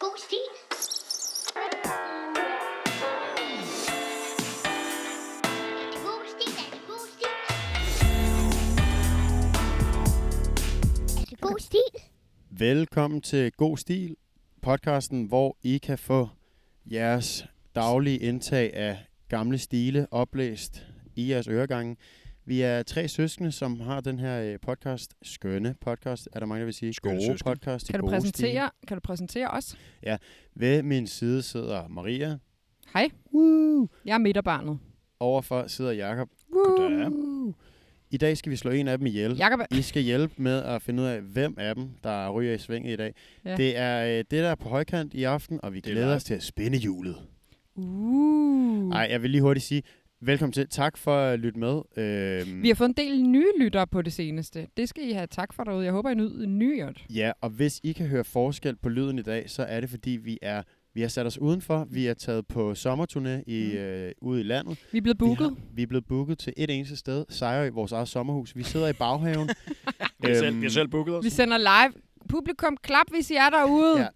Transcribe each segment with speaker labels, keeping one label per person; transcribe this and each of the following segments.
Speaker 1: Boosty. God stil.
Speaker 2: Velkommen til God Stil, podcasten, hvor I kan få jeres daglige indtag af gamle stile oplæst i jeres øregange. Vi er tre søskende, som har den her øh, podcast, skønne podcast, er der mange, der vil sige,
Speaker 3: Skønne
Speaker 2: gode
Speaker 3: søskende.
Speaker 2: podcast, de
Speaker 4: Kan du,
Speaker 2: gode
Speaker 4: præsentere, kan du præsentere os?
Speaker 2: Stil. Ved min side sidder Maria,
Speaker 4: Hej,
Speaker 2: Woo!
Speaker 4: jeg er midterbarnet.
Speaker 2: overfor sidder Jakob.
Speaker 3: Goddag.
Speaker 2: Woo! I dag skal vi slå en af dem ihjel.
Speaker 4: Jakob, er-
Speaker 2: I skal hjælpe med at finde ud af, hvem af dem, der ryger i svinget i dag. Ja.
Speaker 4: Ja.
Speaker 2: Det er øh, det, der er på højkant i aften, og vi
Speaker 3: Det er
Speaker 2: glæder
Speaker 3: live.
Speaker 2: os til at spænde hjulet.
Speaker 4: uh.
Speaker 2: Nej, jeg vil lige hurtigt sige, velkommen til. Tak for at lytte med. Øhm,
Speaker 4: vi har fået en del nye lyttere på det seneste. Det skal I have tak for derude. Jeg håber, I nyder nyert.
Speaker 2: Ja, og hvis I kan høre forskel på lyden i dag, så er det, fordi vi er vi har sat os udenfor. Vi er taget på sommerturné i,
Speaker 4: Mm.
Speaker 2: øh, ude i landet.
Speaker 4: Vi er blevet
Speaker 2: Vi,
Speaker 4: booket.
Speaker 2: har, vi er blevet booket til et eneste sted. Sejrø, vores eget sommerhus. Vi sidder i baghaven.
Speaker 3: Vi har selv,
Speaker 2: Øhm,
Speaker 3: vi har selv booket os.
Speaker 4: Vi sender live. Publikum, klap, hvis I er derude.
Speaker 2: Ja.
Speaker 4: Ja.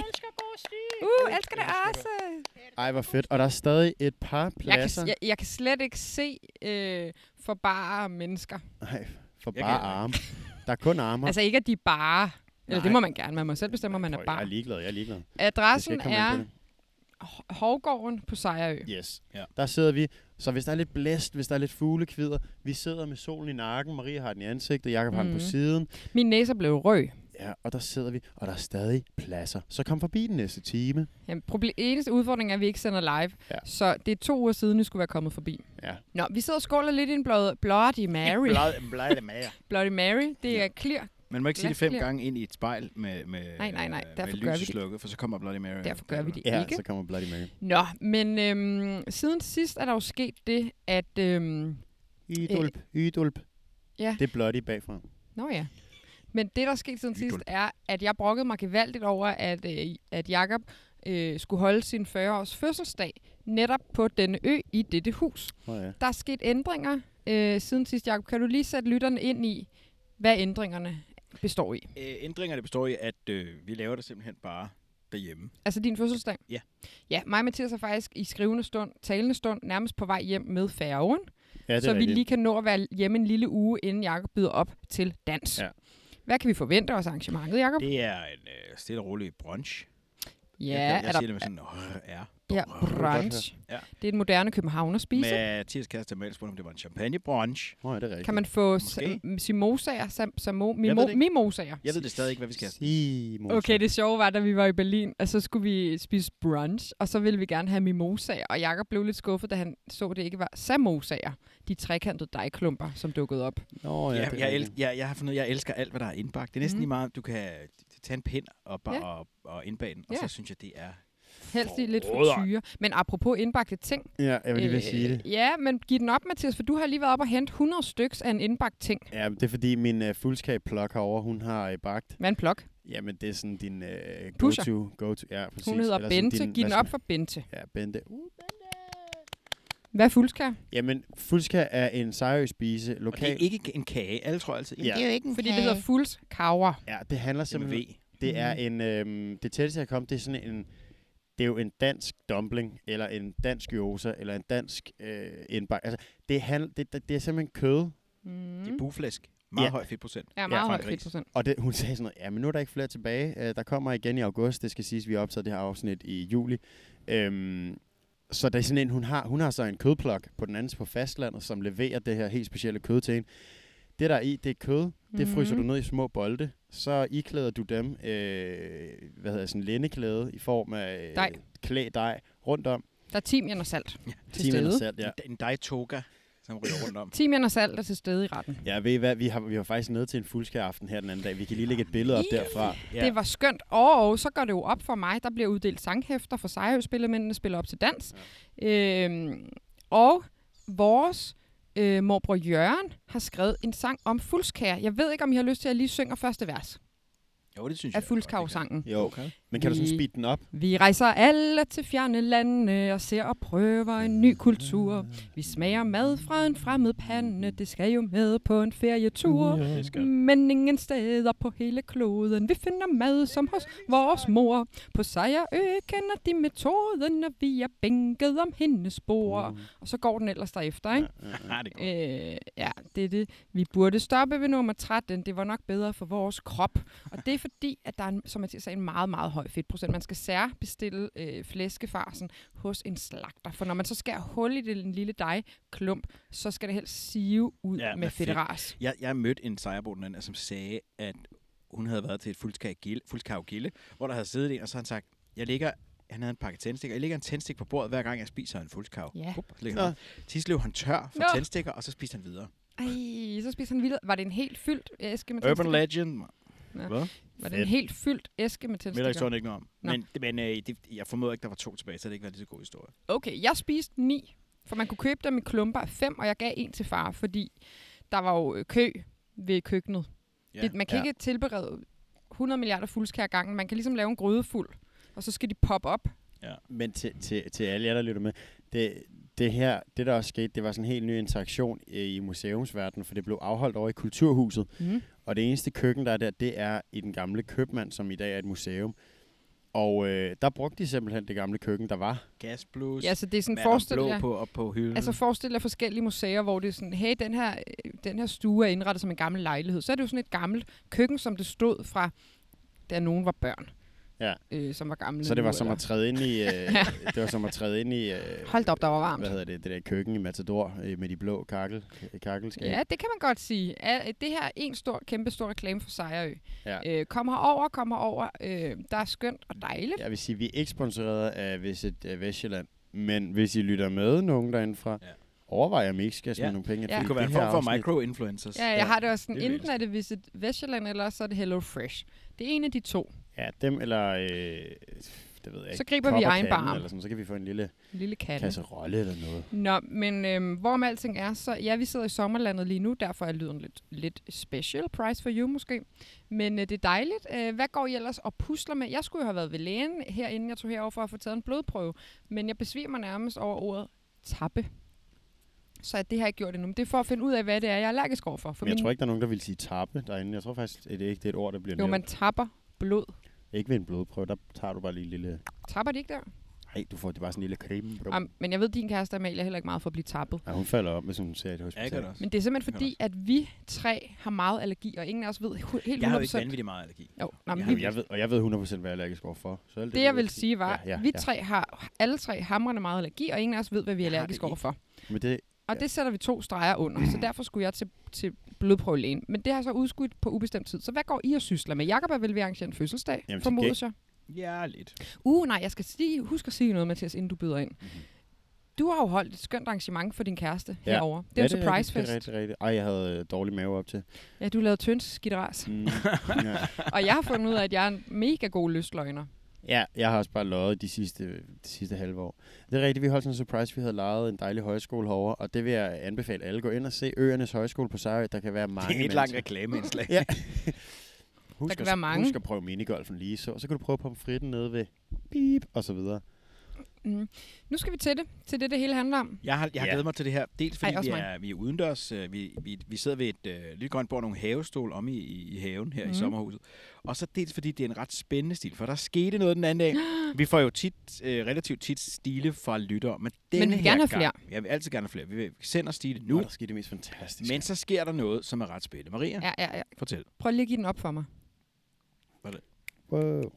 Speaker 4: Uh, elsker det også.
Speaker 2: Ej, hvor fedt. Og der er stadig et par
Speaker 4: Jeg kan,
Speaker 2: pladser.
Speaker 4: jeg, jeg kan slet ikke se øh, for bare mennesker.
Speaker 2: Nej, for
Speaker 3: Jeg
Speaker 2: bare
Speaker 3: kan-
Speaker 2: arme. Der er kun arme.
Speaker 4: Altså ikke, at de er bare... Eller
Speaker 2: Nej.
Speaker 4: det må man gerne. Man må selv bestemme, om man er
Speaker 2: Prøv, Jeg er
Speaker 4: bare.
Speaker 2: ligeglad, jeg er ligeglad. Jeg skal
Speaker 4: Adressen
Speaker 2: ikke komme ind på
Speaker 4: er
Speaker 2: det.
Speaker 4: Hovgården på Sejrø.
Speaker 2: Yes.
Speaker 3: Ja.
Speaker 2: Der sidder vi. Så hvis der er lidt blæst, hvis der er lidt fuglekvider, vi sidder med solen i nakken, Maria har den i ansigtet, Jakob har den på
Speaker 4: Mhm.
Speaker 2: siden.
Speaker 4: Min næse blev rød.
Speaker 2: Ja, og der sidder vi, og der er stadig pladser. Så kom forbi den næste time.
Speaker 4: Jamen, proble- eneste udfordring er, at vi ikke sender live.
Speaker 2: Ja.
Speaker 4: Så det er to uger siden, I skulle være kommet forbi.
Speaker 2: Ja.
Speaker 4: Nå, vi sidder og skåler lidt i en blod- Bloody Mary.
Speaker 3: Blad, blad
Speaker 4: Bloody Mary, det
Speaker 3: Ja.
Speaker 4: er clear.
Speaker 3: Man må ikke sige det fem
Speaker 4: Glasklir.
Speaker 3: gange ind i et spejl med, med,
Speaker 4: Nej, nej, nej.
Speaker 3: øh,
Speaker 4: Derfor
Speaker 3: med
Speaker 4: gør vi
Speaker 3: lyset
Speaker 4: det.
Speaker 3: slukket, for så kommer Bloody Mary.
Speaker 4: Derfor gør vi det
Speaker 2: Ja, altså-
Speaker 4: ikke.
Speaker 2: så kommer Bloody Mary.
Speaker 4: Nå, men øhm, siden sidst er der jo sket det, at... Øhm,
Speaker 2: Ydulp,
Speaker 3: Øh.
Speaker 2: ydulp.
Speaker 4: ja.
Speaker 2: Det er Bloody bagfra.
Speaker 4: nå ja. Men det, der er sket siden sidst,
Speaker 3: Idol.
Speaker 4: er, at jeg brokkede mig gevaldigt over, at, øh, at Jakob øh, skulle holde sin 40-års fødselsdag netop på denne ø i dette hus.
Speaker 2: Oh, ja.
Speaker 4: Der er sket ændringer øh, siden sidst, Jacob. Kan du lige sætte lytterne ind i, hvad ændringerne består i?
Speaker 3: Øh, ændringer, det består i, at øh, vi laver det simpelthen bare derhjemme.
Speaker 4: Altså din fødselsdag?
Speaker 3: Ja.
Speaker 4: Ja, mig og Mathias er faktisk i skrivende stund, talende stund, nærmest på vej hjem med færgen,
Speaker 2: ja, det
Speaker 4: så
Speaker 2: er
Speaker 4: vi
Speaker 2: rigtigt.
Speaker 4: lige kan nå at være hjemme en lille uge, inden Jacob byder op til dans.
Speaker 2: Ja.
Speaker 4: Hvad kan vi forvente os af arrangementet, Jacob?
Speaker 3: Det er en øh, stille og rolig brunch.
Speaker 4: ja,
Speaker 3: jeg, jeg,
Speaker 4: er
Speaker 3: jeg
Speaker 4: der
Speaker 3: siger det med sådan, "Åh, ja.
Speaker 4: ja, brunch.
Speaker 3: Ja.
Speaker 4: Det er en moderne københavner spise.
Speaker 3: Med Thiers kæreste Amal spurgte, om det var en champagne brunch.
Speaker 2: Oh, ja, det er rigtigt.
Speaker 4: kan man få
Speaker 3: Måske.
Speaker 4: sam- simosaer, sam- samo-
Speaker 3: Jeg ved det
Speaker 4: mimo-
Speaker 3: ikke.
Speaker 4: mimosaer?
Speaker 3: Jeg ved det stadig ikke, hvad vi skal have.
Speaker 2: Sige, Mosa.
Speaker 4: Okay, det sjove var, da vi var i Berlin, og så skulle vi spise brunch, og så ville vi gerne have mimosaer, og Jakob blev lidt skuffet, da han så, at det ikke var samosager, de trekantede dejklumper, som dukkede op.
Speaker 2: Nå, ja,
Speaker 3: Jeg,
Speaker 2: det er
Speaker 3: jeg,
Speaker 2: rigtigt.
Speaker 3: el- jeg, jeg har fundet ud af, jeg elsker alt, hvad der er indbagt. Det er næsten
Speaker 4: Mhm.
Speaker 3: lige meget, du kan øh, tage en pind og, bare,
Speaker 4: Ja.
Speaker 3: og, og indbage den, og så
Speaker 4: Ja.
Speaker 3: synes jeg, det er...
Speaker 4: Helst i lidt
Speaker 3: Forråder.
Speaker 4: frityre. Men apropos indbagte ting. øh,
Speaker 2: Ja, jeg vil lige ved at sige det.
Speaker 4: Ja, men giv den op, Mathias, for du har lige været op og hente 100 styks af en indbagt ting.
Speaker 2: Ja, men det er fordi min øh, fuldskab plok herovre, hun har øh, bagt.
Speaker 4: Hvad en plok?
Speaker 2: Jamen, det er sådan din øh,
Speaker 4: Pusher.
Speaker 2: go-to. Go-to. Ja, præcis.
Speaker 4: Hun hedder
Speaker 2: Eller sådan
Speaker 4: Bente. Giv
Speaker 2: hvad
Speaker 4: den
Speaker 2: skal
Speaker 4: op
Speaker 2: man-
Speaker 4: for Bente.
Speaker 2: Ja, Bente. Uh,
Speaker 4: Hvad er fuldskær?
Speaker 2: Jamen, fuldskab er en seriøs spise
Speaker 3: Og det
Speaker 2: lokal.
Speaker 3: er ikke en kage. Alle tror altid,
Speaker 2: Ja.
Speaker 3: ja. det er jo ikke en
Speaker 4: Fordi det hedder fuldskaver.
Speaker 2: ja, det handler
Speaker 3: MV.
Speaker 2: simpelthen... Det er en... Øh, det tætteste, jeg kom, det er sådan en... Det er jo en dansk dumpling, eller en dansk gyoza, eller en dansk øh, indbagt. Altså, det, handl, det, det, det er simpelthen kød,
Speaker 4: Mm.
Speaker 3: Det er buflæsk. Meget
Speaker 2: Ja.
Speaker 3: høj fedtprocent.
Speaker 4: Ja,
Speaker 2: fra
Speaker 4: meget
Speaker 2: en
Speaker 4: højt
Speaker 3: gris.
Speaker 4: fedtprocent.
Speaker 2: Og det, hun sagde sådan noget, ja, men nu er der ikke flere tilbage. Øh, der kommer igen i august. Det skal siges, vi har optaget det her afsnit i juli. Øhm, så der er sådan en, hun har, hun har så en kødplok på den anden på fastlandet, som leverer det her helt specielle kød til en. Det der er i, det er kød. Mm-hmm.
Speaker 4: Mhm.
Speaker 2: Det fryser du ned i små bolde. Så iklæder du dem, øh, hvad hedder det, sådan en lændeklæde i form af øh,
Speaker 4: Dej.
Speaker 2: klædej rundt om.
Speaker 4: Der er timian og salt til
Speaker 2: Timen og
Speaker 4: stede.
Speaker 2: salt, ja.
Speaker 3: En, en dejtoga, som ryger rundt om.
Speaker 4: Timian og salt er til stede i retten.
Speaker 2: Ja, ved I hvad? Vi har, vi var faktisk nede til en fuldskæraften her den anden dag. Vi kan lige lægge et billede op
Speaker 4: Ih.
Speaker 2: derfra.
Speaker 3: Ja.
Speaker 4: Ja. Det var skønt. Og, og så går det jo op for mig, der bliver uddelt sanghæfter for Sejrø-spillemændene spiller op til dans. Ja. Øhm, og vores øh, morbror Jørgen har skrevet en sang om fuldskær. Jeg ved ikke, om I har lyst til at jeg lige synge første vers
Speaker 3: Jo, det synes
Speaker 4: af
Speaker 3: jeg. godt, det kan.
Speaker 4: fuldskavsangen.
Speaker 2: Jo.
Speaker 3: Okay.
Speaker 2: Men kan du sådan
Speaker 4: Vi-
Speaker 2: speede den op?
Speaker 4: Vi rejser alle til fjerne lande og ser og prøver en ny kultur. Vi smager mad fra en fremmed pande, det skal jo med på en ferietur.
Speaker 3: Det skal
Speaker 4: Men ingen steder på hele kloden Vi finder mad som hos vores mor På Sejrø kender de metoden Når vi er bænket om hendes
Speaker 3: Mm.
Speaker 4: bord Og så går den ellers derefter, ikke?
Speaker 3: Nej, det er godt.
Speaker 4: Øh, ja, det er det. Vi burde stoppe ved nummer 13. Det var nok bedre for vores krop. Og det er fordi, at der er, en, som jeg sagde, en meget, meget høj fedtprocent. Man skal særbestille øh, flæskefarsen hos en slagter. For når man så skærer hul i den lille dejklump, så skal det helst sive ud
Speaker 3: Ja,
Speaker 4: ja, med,
Speaker 3: med
Speaker 4: med
Speaker 3: fedt.
Speaker 4: fedtras.
Speaker 3: Jeg, jeg mødte en sejrbo den anden, som sagde, at hun havde været til et fuldskavgilde, hvor der havde siddet en, og så havde han sagt, jeg ligger han havde en pakke tændstikker. Jeg lægger en tændstik på bordet, hver gang jeg spiser en fuldskav.
Speaker 4: Ja.
Speaker 3: Hup, så ligger den op. Til sidst løb han tør for
Speaker 4: Nå.
Speaker 3: tændstikker, og så spiste han videre.
Speaker 4: Ej, så spiser han vildt. Var det en helt fyldt æske med
Speaker 3: Urban
Speaker 4: tændstikker?
Speaker 3: legend.
Speaker 4: Nå.
Speaker 3: Hvad?
Speaker 4: Var det en
Speaker 2: Fedt.
Speaker 4: helt fyldt æske med
Speaker 3: Ved der
Speaker 4: tændstikker?
Speaker 3: ikke noget om.
Speaker 4: Nå.
Speaker 3: Men, men øh, det, jeg formoder ikke, der var to tilbage, så det ikke var en lige så god historie.
Speaker 4: Okay, jeg spiste ni, for man kunne købe dem i klumper af fem, og jeg gav en til far, fordi der var jo øh, kø ved køkkenet.
Speaker 3: Ja.
Speaker 4: Ja, det, man kan
Speaker 2: ja.
Speaker 4: ja. ikke tilberede 100 milliarder fuldskær ad gangen. Man kan ligesom lave en gryde fuld, og så skal de poppe op.
Speaker 2: Men til, til, til alle jer, der lytter med, det, det her, det der også skete, det var sådan en helt ny interaktion øh, i museumsverdenen, for det blev afholdt over i Kulturhuset.
Speaker 4: Mm.
Speaker 2: Og det eneste køkken, der er der, det er i den gamle købmand, som i dag er et museum. Og øh, der brugte de simpelthen det gamle køkken, der var.
Speaker 3: Gasblus.
Speaker 4: Ja, så det er sådan,
Speaker 3: Madame
Speaker 4: forestil
Speaker 3: blå
Speaker 4: jer,
Speaker 3: på, op på hylden.
Speaker 4: altså forestil jer forskellige museer, hvor det er sådan, hey, den her, øh, den her stue er indrettet som en gammel lejlighed. Så er det jo sådan et gammelt køkken, som det stod fra, da nogen var børn.
Speaker 2: Ja.
Speaker 4: Øh, som var gamle.
Speaker 2: Så det
Speaker 4: nu,
Speaker 2: var som
Speaker 4: eller-
Speaker 2: at træde ind i, øh, det var som at træde ind i, øh,
Speaker 4: Hold da op, der var varmt.
Speaker 2: hvad hedder det, det der køkken i Matador øh, med de blå kakkel, kakkelskab.
Speaker 4: Ja, det kan man godt sige. Er- Det her er en stor, kæmpe stor reklame for Sejrø.
Speaker 2: Ja.
Speaker 4: Øh, kom herover, kom herover. Øh, der er skønt og dejligt.
Speaker 2: Jeg vil sige, vi er ikke sponsoreret af Visit øh, Vestjylland, men hvis I lytter med nogen derindefra,
Speaker 3: Ja.
Speaker 2: ja. overvej om I ikke skal smide
Speaker 3: Ja.
Speaker 2: nogle penge.
Speaker 4: Ja.
Speaker 2: fordi
Speaker 3: det kunne være en
Speaker 2: her
Speaker 3: form for
Speaker 2: afsnit-
Speaker 3: micro-influencers.
Speaker 4: Ja, jeg har det også sådan,
Speaker 3: det vil jeg
Speaker 4: enten er det Visit Vestjylland, eller også er det Hello Fresh. Det er en af de to.
Speaker 2: Ja, dem eller... Øh, det ved jeg
Speaker 4: Så
Speaker 2: ikke,
Speaker 4: griber
Speaker 2: kop
Speaker 4: vi
Speaker 2: og
Speaker 4: egen
Speaker 2: kanden
Speaker 4: barm.
Speaker 2: Eller sådan, så kan vi få en lille
Speaker 4: En lille katte.
Speaker 2: kasserolle eller noget.
Speaker 4: Nå, men øhm, hvorom alting er, så ja, vi sidder i sommerlandet lige nu, derfor er lyden lidt, lidt special, price for you måske. Men øh, det er dejligt. Øh, hvad går I ellers og pusler med? Jeg skulle jo have været ved lægen herinde, jeg tog herover for at få taget en blodprøve, men jeg besvimer nærmest over ordet tappe. Så at det har jeg ikke gjort endnu, men det er for at finde ud af, hvad det er, jeg er allergisk overfor. For
Speaker 2: Men jeg tror ikke, der er nogen, der vil sige tappe derinde. Jeg tror faktisk, at det ikke det er et ord, der bliver
Speaker 4: jo, man
Speaker 2: nævnt.
Speaker 4: tapper blod.
Speaker 2: Ikke ved en blodprøve, der tager du bare lige en lille...
Speaker 4: Tapper de ikke der?
Speaker 2: Nej, du får det bare sådan en lille creme. bro.
Speaker 4: Am, men jeg ved, din kæreste Amalie er heller ikke meget for at blive tappet.
Speaker 2: Ja, hun falder op, hvis hun ser et
Speaker 3: Ja, jeg
Speaker 2: hospital.
Speaker 3: gør det også.
Speaker 4: Men det er simpelthen
Speaker 3: Det kan
Speaker 4: fordi, at vi tre har meget allergi, og ingen af os ved hu- helt
Speaker 3: jeg har jo
Speaker 4: 100%.
Speaker 3: ikke vanvittigt meget allergi.
Speaker 4: jo, nå,
Speaker 3: Jeg
Speaker 4: men vi
Speaker 3: har
Speaker 2: Jamen, jeg ved, og jeg ved 100% hvad jeg er allergisk overfor. Så alt
Speaker 4: Det, jeg vil sige, var,
Speaker 2: Ja, ja,
Speaker 4: vi
Speaker 2: ja.
Speaker 4: tre har alle tre hamrende meget allergi, og ingen af os ved, hvad vi er
Speaker 3: Jeg har det
Speaker 4: allergisk
Speaker 3: ikke.
Speaker 4: overfor.
Speaker 2: Men det,
Speaker 4: Og det sætter vi to streger under, så derfor skulle jeg til, til blodprøvelægen. Men det har så udskudt på ubestemt tid. Så hvad går I og sysler med? Jakob er vel ved at arrangere en fødselsdag,
Speaker 2: Jamen, til
Speaker 4: formodes jeg.
Speaker 3: Ja, lidt.
Speaker 4: Uh, nej, jeg skal sige, husk at sige noget, Mathias, inden du byder ind. Du har jo holdt et skønt arrangement for din kæreste
Speaker 2: Ja.
Speaker 4: herover. Det er en
Speaker 2: Ja, rigtigt, Det er
Speaker 4: surprise-fest.
Speaker 2: rigtigt, rigtigt. Ej, jeg havde øh, dårlig mave op til.
Speaker 4: Ja, du lavede tyndt skidras.
Speaker 2: Mm, ja.
Speaker 4: og jeg har fundet ud af, at jeg er en mega god lystløgner.
Speaker 2: ja, jeg har også bare løjet de sidste, de sidste halve år. Det er rigtigt, vi holdt sådan en surprise. Vi havde lejet en dejlig højskole herovre, og det vil jeg anbefale alle. Gå ind og se Øernes Højskole på Sejrø. Der kan være mange
Speaker 3: Det er et langt
Speaker 2: mennesker.
Speaker 3: reklameindslag.
Speaker 2: Ja. Husk
Speaker 4: kan
Speaker 2: at-
Speaker 4: være mange.
Speaker 2: Husk at prøve minigolfen lige så. Så kan du prøve pomfritten nede ved beep, og så videre.
Speaker 4: Mm. Nu skal vi til det, til det, det hele handler om.
Speaker 3: Jeg har, jeg har
Speaker 2: Ja.
Speaker 3: glædet mig til det her, dels fordi
Speaker 4: Ej,
Speaker 3: Ej, vi,
Speaker 4: også
Speaker 3: er, vi er udendørs, øh, vi, vi, vi sidder ved et øh, lille grønt bord og nogle havestol om i, i, i haven her mm. i
Speaker 4: Mhm.
Speaker 3: sommerhuset, og så dels fordi det er en ret spændende stil, for der skete noget den anden dag. Vi får jo tit, øh, relativt tit stile fra lyttere, men denne
Speaker 4: vi vil
Speaker 3: her
Speaker 4: gerne have
Speaker 3: gang, flere. Jeg vil altid gerne have flere. Vi, vil- vi sender stile
Speaker 2: Nu
Speaker 3: nu,
Speaker 2: er der sket det mest fantastiske.
Speaker 3: men så sker der noget, som er ret spændende. Maria, ja.
Speaker 4: Ja, ja, ja.
Speaker 3: fortæl.
Speaker 4: Prøv lige at give den op for mig.
Speaker 2: Wow.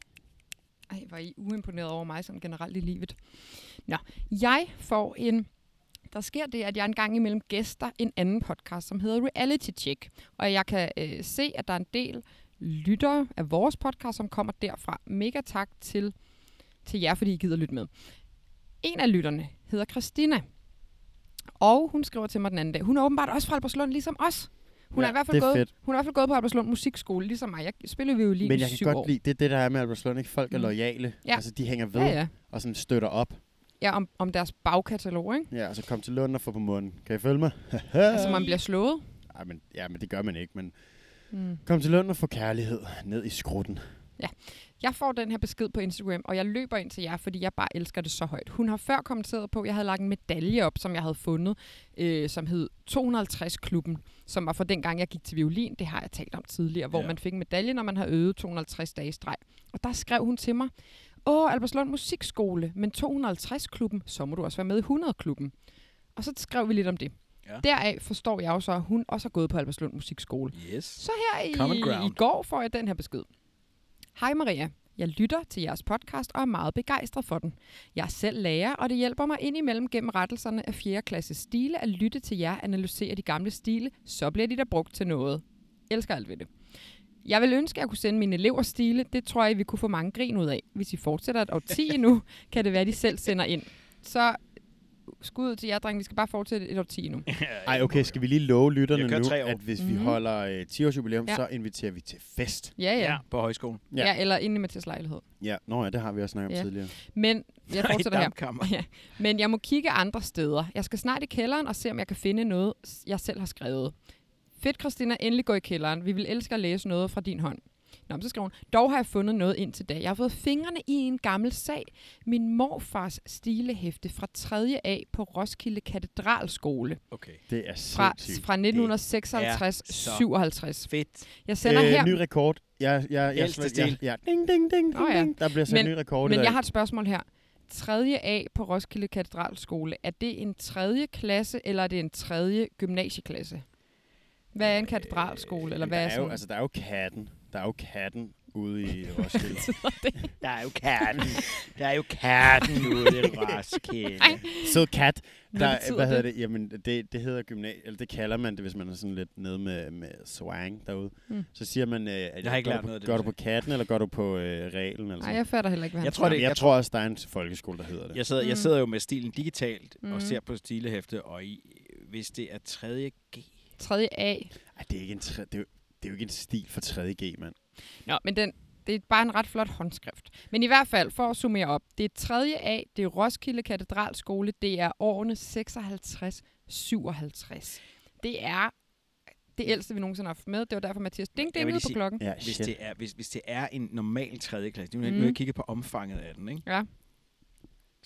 Speaker 4: Ej, var I uimponeret over mig sådan generelt i livet. Nå, jeg får en... Der sker det, at jeg engang imellem gæster en anden podcast, som hedder Reality Check. Og jeg kan øh, se, at der er en del lyttere af vores podcast, som kommer derfra. Mega tak til, til jer, fordi I gider lytte med. En af lytterne hedder Christina. Og hun skriver til mig den anden dag. Hun er åbenbart også fra Alberslund, ligesom os. Hun, ja,
Speaker 2: Ja,
Speaker 4: er i hvert
Speaker 2: det
Speaker 4: fald
Speaker 2: er
Speaker 4: gået,
Speaker 2: fedt.
Speaker 4: hun er i hvert fald gået på Alberslund Musikskole, ligesom mig. Jeg spillede violin
Speaker 2: Men jeg
Speaker 4: i
Speaker 2: kan
Speaker 4: syv
Speaker 2: godt
Speaker 4: år.
Speaker 2: lide, det er det, der er med Albertslund, ikke? Folk er
Speaker 4: Mm.
Speaker 2: lojale.
Speaker 4: Ja.
Speaker 2: Altså, de hænger ved
Speaker 4: ja, ja.
Speaker 2: og sådan støtter op.
Speaker 4: ja om, om deres bagkatalog, ikke?
Speaker 2: Ja, og så kom til Lund og få på munden. Kan I følge mig?
Speaker 4: Altså, man bliver slået.
Speaker 2: Ej, men, ja, men det gør man ikke, men
Speaker 4: Mm.
Speaker 2: kom til Lund og få kærlighed ned i skrutten.
Speaker 4: Jeg får den her besked på Instagram, og jeg løber ind til jer, fordi jeg bare elsker det så højt. Hun har før kommenteret på, at jeg havde lagt en medalje op, som jeg havde fundet, øh, som hed 250-klubben, som var fra dengang, jeg gik til violin. Det har jeg talt om tidligere, hvor
Speaker 3: Ja.
Speaker 4: ja. man fik en medalje, når man har øvet 250 dage i streg. Og der skrev hun til mig, Åh, Albertslund Musikskole, men 250-klubben, så må du også være med i 100-klubben. Og så skrev vi lidt om det.
Speaker 3: Ja.
Speaker 4: Ja. Deraf forstår jeg jo så, at hun også har gået på Albertslund Musikskole.
Speaker 3: Yes.
Speaker 4: Så her
Speaker 3: Common
Speaker 4: i,
Speaker 3: ground.
Speaker 4: i går får jeg den her besked. Hej Maria. Jeg lytter til jeres podcast og er meget begejstret for den. Jeg er selv lærer, og det hjælper mig indimellem gennem rettelserne af 4. klasse stile at lytte til jer analysere de gamle stile, så bliver de da brugt til noget. Elsker alt ved det. Jeg vil ønske, at jeg kunne sende mine elever stile. Det tror jeg, vi kunne få mange grin ud af. Hvis I fortsætter et årti endnu, kan det være, at de selv sender ind. Så skud ud til jer, drenge. Vi skal bare fortsætte et årti endnu.
Speaker 2: Ej, okay, skal vi lige love lytterne
Speaker 3: Jeg kører
Speaker 2: nu,
Speaker 3: tre år.
Speaker 2: at hvis vi
Speaker 4: Mhm.
Speaker 2: holder øh, 10-årsjubilæum,
Speaker 4: Ja.
Speaker 2: så inviterer vi til fest.
Speaker 4: Ja, ja.
Speaker 3: Ja,
Speaker 4: ja.
Speaker 3: på højskolen.
Speaker 2: Ja.
Speaker 4: ja. ja eller inde i Mathias lejlighed.
Speaker 2: Ja, nå ja, det har vi også snakket om
Speaker 4: Ja.
Speaker 2: tidligere.
Speaker 4: Men jeg fortsætter her.
Speaker 3: dampkammer.
Speaker 4: Men jeg må kigge andre steder. Jeg skal snart i kælderen og se, om jeg kan finde noget, s- jeg selv har skrevet. Fedt, Christina, endelig gå i kælderen. Vi vil elske at læse noget fra din hånd. Nå, men så skrev hun, dog har jeg fundet noget ind til dag. Jeg har fået fingrene i en gammel sag. Min morfars stilehæfte fra 3. A på Roskilde Katedralskole
Speaker 3: Okay.
Speaker 2: Det er
Speaker 4: fra,
Speaker 2: sindssygt.
Speaker 4: fra 1956-57.
Speaker 3: Fedt.
Speaker 4: Jeg sender
Speaker 2: øh,
Speaker 4: her,
Speaker 2: Ny rekord. Jeg, jeg, jeg,
Speaker 3: Ældste
Speaker 2: jeg, jeg,
Speaker 3: stil.
Speaker 2: jeg, ding, ding, ding,
Speaker 4: Nå
Speaker 2: ding,
Speaker 4: ja.
Speaker 2: ding. Der bliver sat
Speaker 4: Men-
Speaker 2: ny rekord. i
Speaker 4: men
Speaker 2: dag.
Speaker 4: jeg har et spørgsmål her. 3. A på Roskilde Katedralskole, er det en tredje klasse, eller er det en tredje gymnasieklasse? Hvad er en katedralskole, eller
Speaker 2: Men
Speaker 4: hvad
Speaker 2: der
Speaker 4: er
Speaker 2: er,
Speaker 4: sådan?
Speaker 2: jo, altså, der er jo katten. Der er jo katten ude i Roskilde.
Speaker 4: Altså.
Speaker 3: Der er jo katten. Der er jo katten ude i Roskilde.
Speaker 4: Ej.
Speaker 2: Sød kat.
Speaker 4: Hvad
Speaker 2: Der,
Speaker 4: betyder
Speaker 2: hvad hedder
Speaker 4: det?
Speaker 2: det? Jamen, det, det hedder gymnasiet, eller det kalder man det, hvis man er sådan lidt nede med, med swang derude.
Speaker 4: Mm.
Speaker 2: Så siger man, øh, at
Speaker 3: Jeg har ikke
Speaker 2: går
Speaker 3: lært
Speaker 2: du på,
Speaker 3: noget af det,
Speaker 2: Går
Speaker 3: du
Speaker 2: du på katten, eller går du på øh, reglen? Eller
Speaker 4: Nej,
Speaker 2: sådan.
Speaker 4: jeg fatter heller ikke, hvad han
Speaker 3: Jeg
Speaker 2: tror,
Speaker 3: tror,
Speaker 2: det,
Speaker 3: det-
Speaker 2: jeg,
Speaker 3: jeg
Speaker 2: tror også, der er en folkeskole, der hedder det.
Speaker 3: Jeg sidder, jeg
Speaker 4: Mm.
Speaker 3: sidder jo med stilen digitalt mm.
Speaker 4: Mm.
Speaker 3: og ser på stilehæfte, og i, hvis det er 3.G...
Speaker 4: siger. 3. A.
Speaker 2: Ej, det, er ikke en tre, det, er, jo- det er jo ikke en stil for 3.G, mand.
Speaker 4: Mm. Nå, men den, det er bare en ret flot håndskrift. Men i hvert fald, for at summere op, det er 3. A, det er Roskilde Katedralskole, det er årene 56-57. Det er det ældste, vi nogensinde har haft med. Det var derfor, Mathias Ding, det
Speaker 3: Jeg
Speaker 4: er
Speaker 3: vil
Speaker 4: ude
Speaker 3: lige
Speaker 4: på
Speaker 3: sige-
Speaker 4: klokken.
Speaker 2: Ja,
Speaker 3: Hvis
Speaker 2: shit.
Speaker 3: det, er, hvis, hvis det er en normal 3. klasse, nu, mm. nu
Speaker 4: Mm.
Speaker 3: har jeg kigget på omfanget af den, ikke?
Speaker 4: Ja.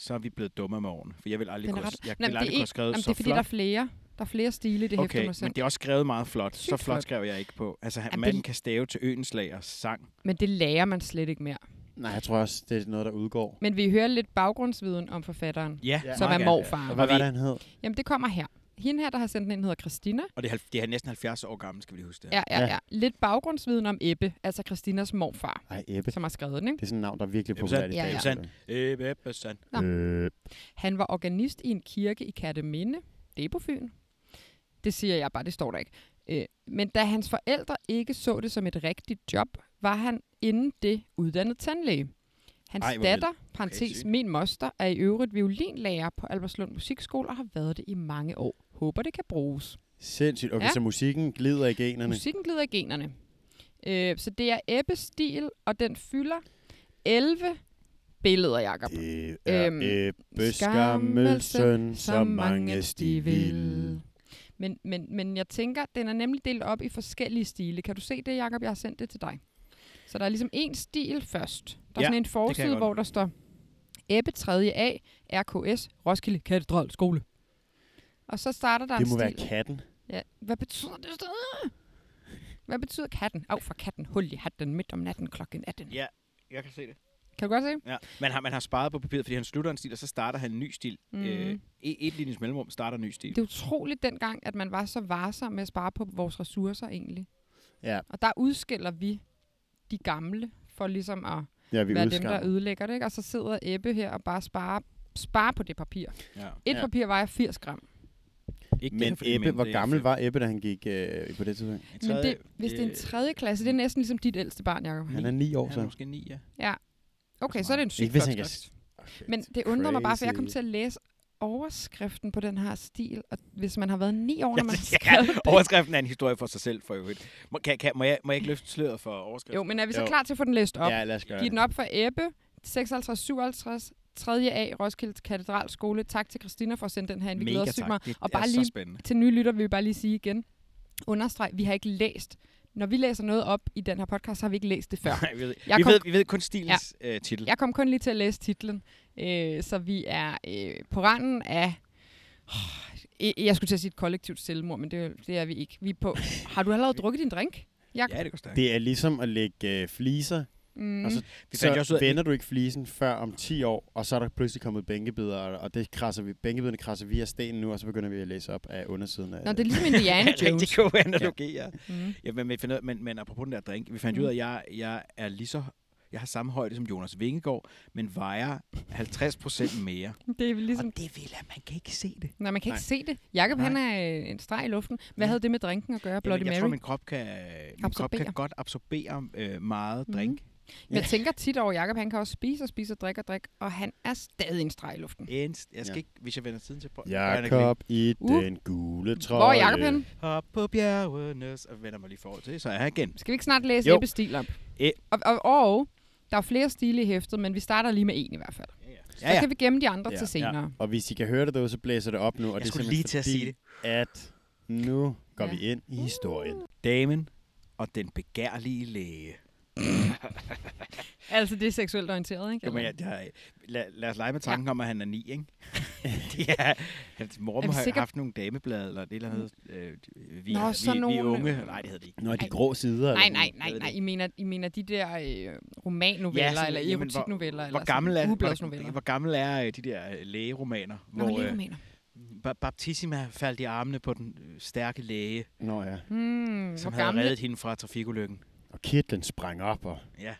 Speaker 3: så er vi blevet dumme med årene. For jeg vil aldrig
Speaker 4: Den er
Speaker 3: kunne,
Speaker 4: ret-
Speaker 3: jeg
Speaker 4: Nå, men
Speaker 3: vil aldrig
Speaker 4: det er-
Speaker 3: kunne have skrevet
Speaker 4: Jamen, det
Speaker 3: så
Speaker 4: er fordi,
Speaker 3: flot.
Speaker 4: der er flere. Der er flere stile i det hæfte,
Speaker 3: okay,
Speaker 4: mig selv.
Speaker 3: men det er også skrevet meget flot. så
Speaker 4: Sygt
Speaker 3: flot,
Speaker 4: flot.
Speaker 3: skrev jeg ikke på. Altså, han,
Speaker 4: Jamen,
Speaker 3: manden
Speaker 4: det-
Speaker 3: kan stave til øens lag og sang.
Speaker 4: Men det lærer man slet ikke mere.
Speaker 2: Nej, jeg tror også, det er noget, der udgår.
Speaker 4: Men vi hører lidt baggrundsviden om forfatteren,
Speaker 3: Ja,
Speaker 2: Ja.
Speaker 4: ja, som
Speaker 3: meget
Speaker 4: er
Speaker 3: gerne.
Speaker 4: morfar.
Speaker 2: Og
Speaker 4: Ja.
Speaker 2: hvad
Speaker 3: Og vi-
Speaker 2: var det, han hed?
Speaker 4: Jamen, det kommer her. Hende her, der har sendt den ind, hedder Christina.
Speaker 3: Og det er, halv- det er næsten 70 år gammel, skal vi lige huske det. her.
Speaker 4: Ja, ja,
Speaker 2: Ja.
Speaker 4: ja. ja. Lidt baggrundsviden om Ebbe, altså Christinas morfar,
Speaker 2: Ej, Ebbe.
Speaker 4: som har skrevet den. Ikke?
Speaker 2: Det er sådan et navn, der er virkelig
Speaker 3: Ebbe
Speaker 2: populært
Speaker 3: Sand.
Speaker 2: i
Speaker 4: Ja,
Speaker 2: dag.
Speaker 4: ja.
Speaker 3: Sand. Øh, hvad er sandt?
Speaker 4: Nå.
Speaker 2: Øh,
Speaker 4: Han var organist i en kirke i Katteminde. Det er på Fyn. Det siger jeg bare, det står der ikke. Øh, men da hans forældre ikke så det som et rigtigt job, var han inden det uddannet tandlæge. Hans
Speaker 2: Ej,
Speaker 4: Ej,
Speaker 2: hvor vildt.
Speaker 4: datter, parentes
Speaker 3: sygt.
Speaker 4: min moster, er i øvrigt violinlærer på Albertslund Musikskole og har været det i mange år. Håber, det kan bruges.
Speaker 2: sindssygt. Okay,
Speaker 4: Ja.
Speaker 2: så musikken glider i generne.
Speaker 4: Musikken glider i generne. Øh, så det er Ebbes stil, og den fylder 11 billeder, Jacob.
Speaker 2: Det er
Speaker 4: Øhm,
Speaker 2: Ebbe
Speaker 4: Skammelsen,
Speaker 2: Skammelsen, så mange de vil.
Speaker 4: Men, men, men jeg tænker, den er nemlig delt op i forskellige stile. Kan du se det, Jacob? Jeg har sendt det til dig. Så der er ligesom en stil først. Der er
Speaker 3: Ja,
Speaker 4: ja, sådan en forside,
Speaker 3: godt.
Speaker 4: hvor der står Ebbe 3. A, RKS, Roskilde Katedral Skole. Og så starter der
Speaker 2: Det
Speaker 4: en
Speaker 2: må
Speaker 4: stil.
Speaker 2: være katten.
Speaker 4: Ja. Hvad betyder det sted? Hvad betyder katten? Af for katten, hul i hatten midt om natten klokken 18.
Speaker 3: Ja, jeg kan se det.
Speaker 4: Kan du godt se?
Speaker 3: Ja. Man, har, man har sparet på papiret, fordi han slutter en stil, og så starter han en ny stil. Mm.
Speaker 4: Mhm.
Speaker 3: Øh, e- et linjes mellemrum starter en ny stil.
Speaker 4: Det er utroligt dengang, at man var så varsom med at spare på vores ressourcer egentlig.
Speaker 2: Ja.
Speaker 4: Og der udskiller vi de gamle for ligesom at
Speaker 2: Ja, vi
Speaker 4: være
Speaker 2: udskammer.
Speaker 4: dem, der ødelægger det. Ikke? Og så sidder Ebbe her og bare sparer, sparer på det papir.
Speaker 3: Ja.
Speaker 4: Et
Speaker 2: Ja.
Speaker 4: ja. papir vejer 80 gram.
Speaker 3: Ikke
Speaker 2: Men
Speaker 3: fordi
Speaker 2: Ebbe,
Speaker 3: mænd,
Speaker 2: hvor
Speaker 3: det er
Speaker 2: gammel
Speaker 3: fem.
Speaker 2: var Ebbe, da han gik øh, på det tidspunkt?
Speaker 3: En
Speaker 4: Men
Speaker 3: tredje-
Speaker 4: det, hvis det er en tredje klasse, det er næsten ligesom dit ældste barn, Jacob.
Speaker 2: Han er ni år,
Speaker 3: Han er
Speaker 2: så.
Speaker 3: måske ni, ja.
Speaker 4: Okay, så er det en syg
Speaker 2: Ikke hvis han
Speaker 4: flot
Speaker 2: kan
Speaker 4: skrift. Men det undrer mig bare, for jeg kom til at læse overskriften på den her stil, og hvis man har været ni år, når man har
Speaker 3: Ja,
Speaker 4: skrevet det.
Speaker 3: overskriften er en historie for sig selv, for øvrigt. Må, kan, kan, må, jeg, må jeg ikke løfte sløret for overskriften?
Speaker 4: Jo, men er vi så
Speaker 2: Jo.
Speaker 4: klar til at få den læst op?
Speaker 2: Ja, lad os gøre
Speaker 4: Giv
Speaker 2: det.
Speaker 4: den op for Ebbe, 56-57, 3. A, Roskilde Katedralskole. Tak til Christina for at sende den her ind. Vi glæder os sygt meget.
Speaker 3: Det
Speaker 4: Og
Speaker 3: er
Speaker 4: bare
Speaker 3: så
Speaker 4: lige-
Speaker 3: spændende.
Speaker 4: Til nye lytter vil vi bare lige sige igen, understreg, vi har ikke læst når vi læser noget op i den her podcast, så har vi ikke læst det før.
Speaker 3: Nej, vi, ved,
Speaker 4: Jeg
Speaker 3: vi,
Speaker 4: kom-
Speaker 3: ved, vi ved kun stilens ja. øh, titel. Ja.
Speaker 4: Jeg kom kun lige til at læse titlen, øh, så vi er øh, på randen af... Øh, Jeg skulle til at sige et kollektivt selvmord, men det, det er vi ikke. Vi er på. Har du allerede drukket din drink? Jakob?
Speaker 3: ja, det går stærkt. Det,
Speaker 2: Det er ligesom at lægge øh, fliser,
Speaker 4: Mm.
Speaker 2: og så,
Speaker 3: vi fandt jo også
Speaker 2: så
Speaker 3: ud af,
Speaker 2: vender du ikke flisen før om 10 år, og så er der pludselig kommet bænkebidder, og, og det krasser vi, bænkebiderne krasser vi af stenen nu, og så begynder vi at læse op af undersiden af...
Speaker 4: Nå, det er ligesom Indiana
Speaker 3: rigtig
Speaker 4: Jones.
Speaker 3: god analogi, ja.
Speaker 4: Mm.
Speaker 3: ja men, men, finder ud af- men, men apropos den der drink, vi fandt mm.
Speaker 4: Mm.
Speaker 3: ud af, at jeg, jeg er lige så... Jeg har samme højde som Jonas Vingegaard, men vejer 50% mere.
Speaker 4: Det er vel ligesom...
Speaker 3: Og det vil jeg, man kan ikke se det.
Speaker 4: Nej, man kan ikke
Speaker 2: Nej.
Speaker 4: se det. Jakob,
Speaker 3: Nej.
Speaker 4: han er øh, en streg i luften. Hvad
Speaker 3: Ja.
Speaker 4: havde det med drinken at gøre, Bloody
Speaker 3: Jamen, jeg
Speaker 4: Mary?
Speaker 3: tror, min krop kan, min krop kan
Speaker 4: Absorbere.
Speaker 3: godt absorbere øh, meget
Speaker 4: Mhm.
Speaker 3: drink. Mm.
Speaker 4: Men jeg tænker tit over, Jakob han kan også spise og spise og drikke og drikke, og han er stadig en streg i luften.
Speaker 3: En, jeg skal
Speaker 2: Ja.
Speaker 3: ja. ikke, hvis jeg vender tiden til...
Speaker 2: Jakob i
Speaker 4: Uh.
Speaker 2: den gule trøje.
Speaker 3: øh,
Speaker 4: Hvor er Jakob henne?
Speaker 3: Hop på bjergenes, og vender mig lige forhold til, så er jeg her igen.
Speaker 4: Skal vi ikke snart læse
Speaker 3: Jo.
Speaker 4: Ebbes stil op?
Speaker 3: E-
Speaker 4: Og, og, og der er flere stile i hæftet, men vi starter lige med en i hvert fald.
Speaker 3: Ja, ja.
Speaker 4: Så kan vi gemme de andre
Speaker 2: Ja,
Speaker 4: til senere.
Speaker 2: Og hvis I kan høre det derude, så blæser det op nu. Og
Speaker 3: Jeg
Speaker 2: det er
Speaker 3: skulle
Speaker 2: simpelthen
Speaker 3: lige til at sige
Speaker 2: fordi, at nu går
Speaker 4: Ja.
Speaker 2: vi ind i historien.
Speaker 3: Damen og den begærlige læge.
Speaker 4: Altså, det er seksuelt orienteret, ikke?
Speaker 3: Jo, men jeg, jeg, lad, lad os lege med tanken ja. om, at han er ni, ikke? ja, hans mor må
Speaker 4: Er vi
Speaker 3: have
Speaker 4: sikker-
Speaker 3: haft nogle dameblade, eller det eller andet. Øh, vi,
Speaker 4: Nå,
Speaker 3: Nå, vi,
Speaker 4: sådan
Speaker 3: vi,
Speaker 4: nogle-
Speaker 3: er unge. Nej, det hedder de ikke.
Speaker 2: Nå, de
Speaker 4: Ej.
Speaker 2: grå sider.
Speaker 4: Nej,
Speaker 2: eller
Speaker 4: nej,
Speaker 2: sådan
Speaker 4: nej,
Speaker 2: noget. Jeg ved
Speaker 4: nej.
Speaker 2: det
Speaker 4: I mener, I mener de der øh, romannoveller,
Speaker 3: Ja, sådan-
Speaker 4: eller
Speaker 3: jamen, hvor-
Speaker 4: erotiknoveller,
Speaker 3: Hvor
Speaker 4: eller
Speaker 3: gammel, er,
Speaker 4: sådan,
Speaker 3: hvor,
Speaker 4: ugebladsnoveller.
Speaker 3: hvor gammel er øh, de der øh, lægeromaner,
Speaker 4: Nå,
Speaker 3: hvor
Speaker 4: hvor,
Speaker 3: øh,
Speaker 4: mener.
Speaker 3: Ba- Baptissima faldt i armene på den øh, stærke læge,
Speaker 2: Nå ja.
Speaker 4: Hmm,
Speaker 3: som
Speaker 4: Mm, hvor
Speaker 3: havde
Speaker 4: gammel?
Speaker 3: reddet hende fra trafikulykken.
Speaker 2: Og kitlen sprang op, og
Speaker 3: Ja,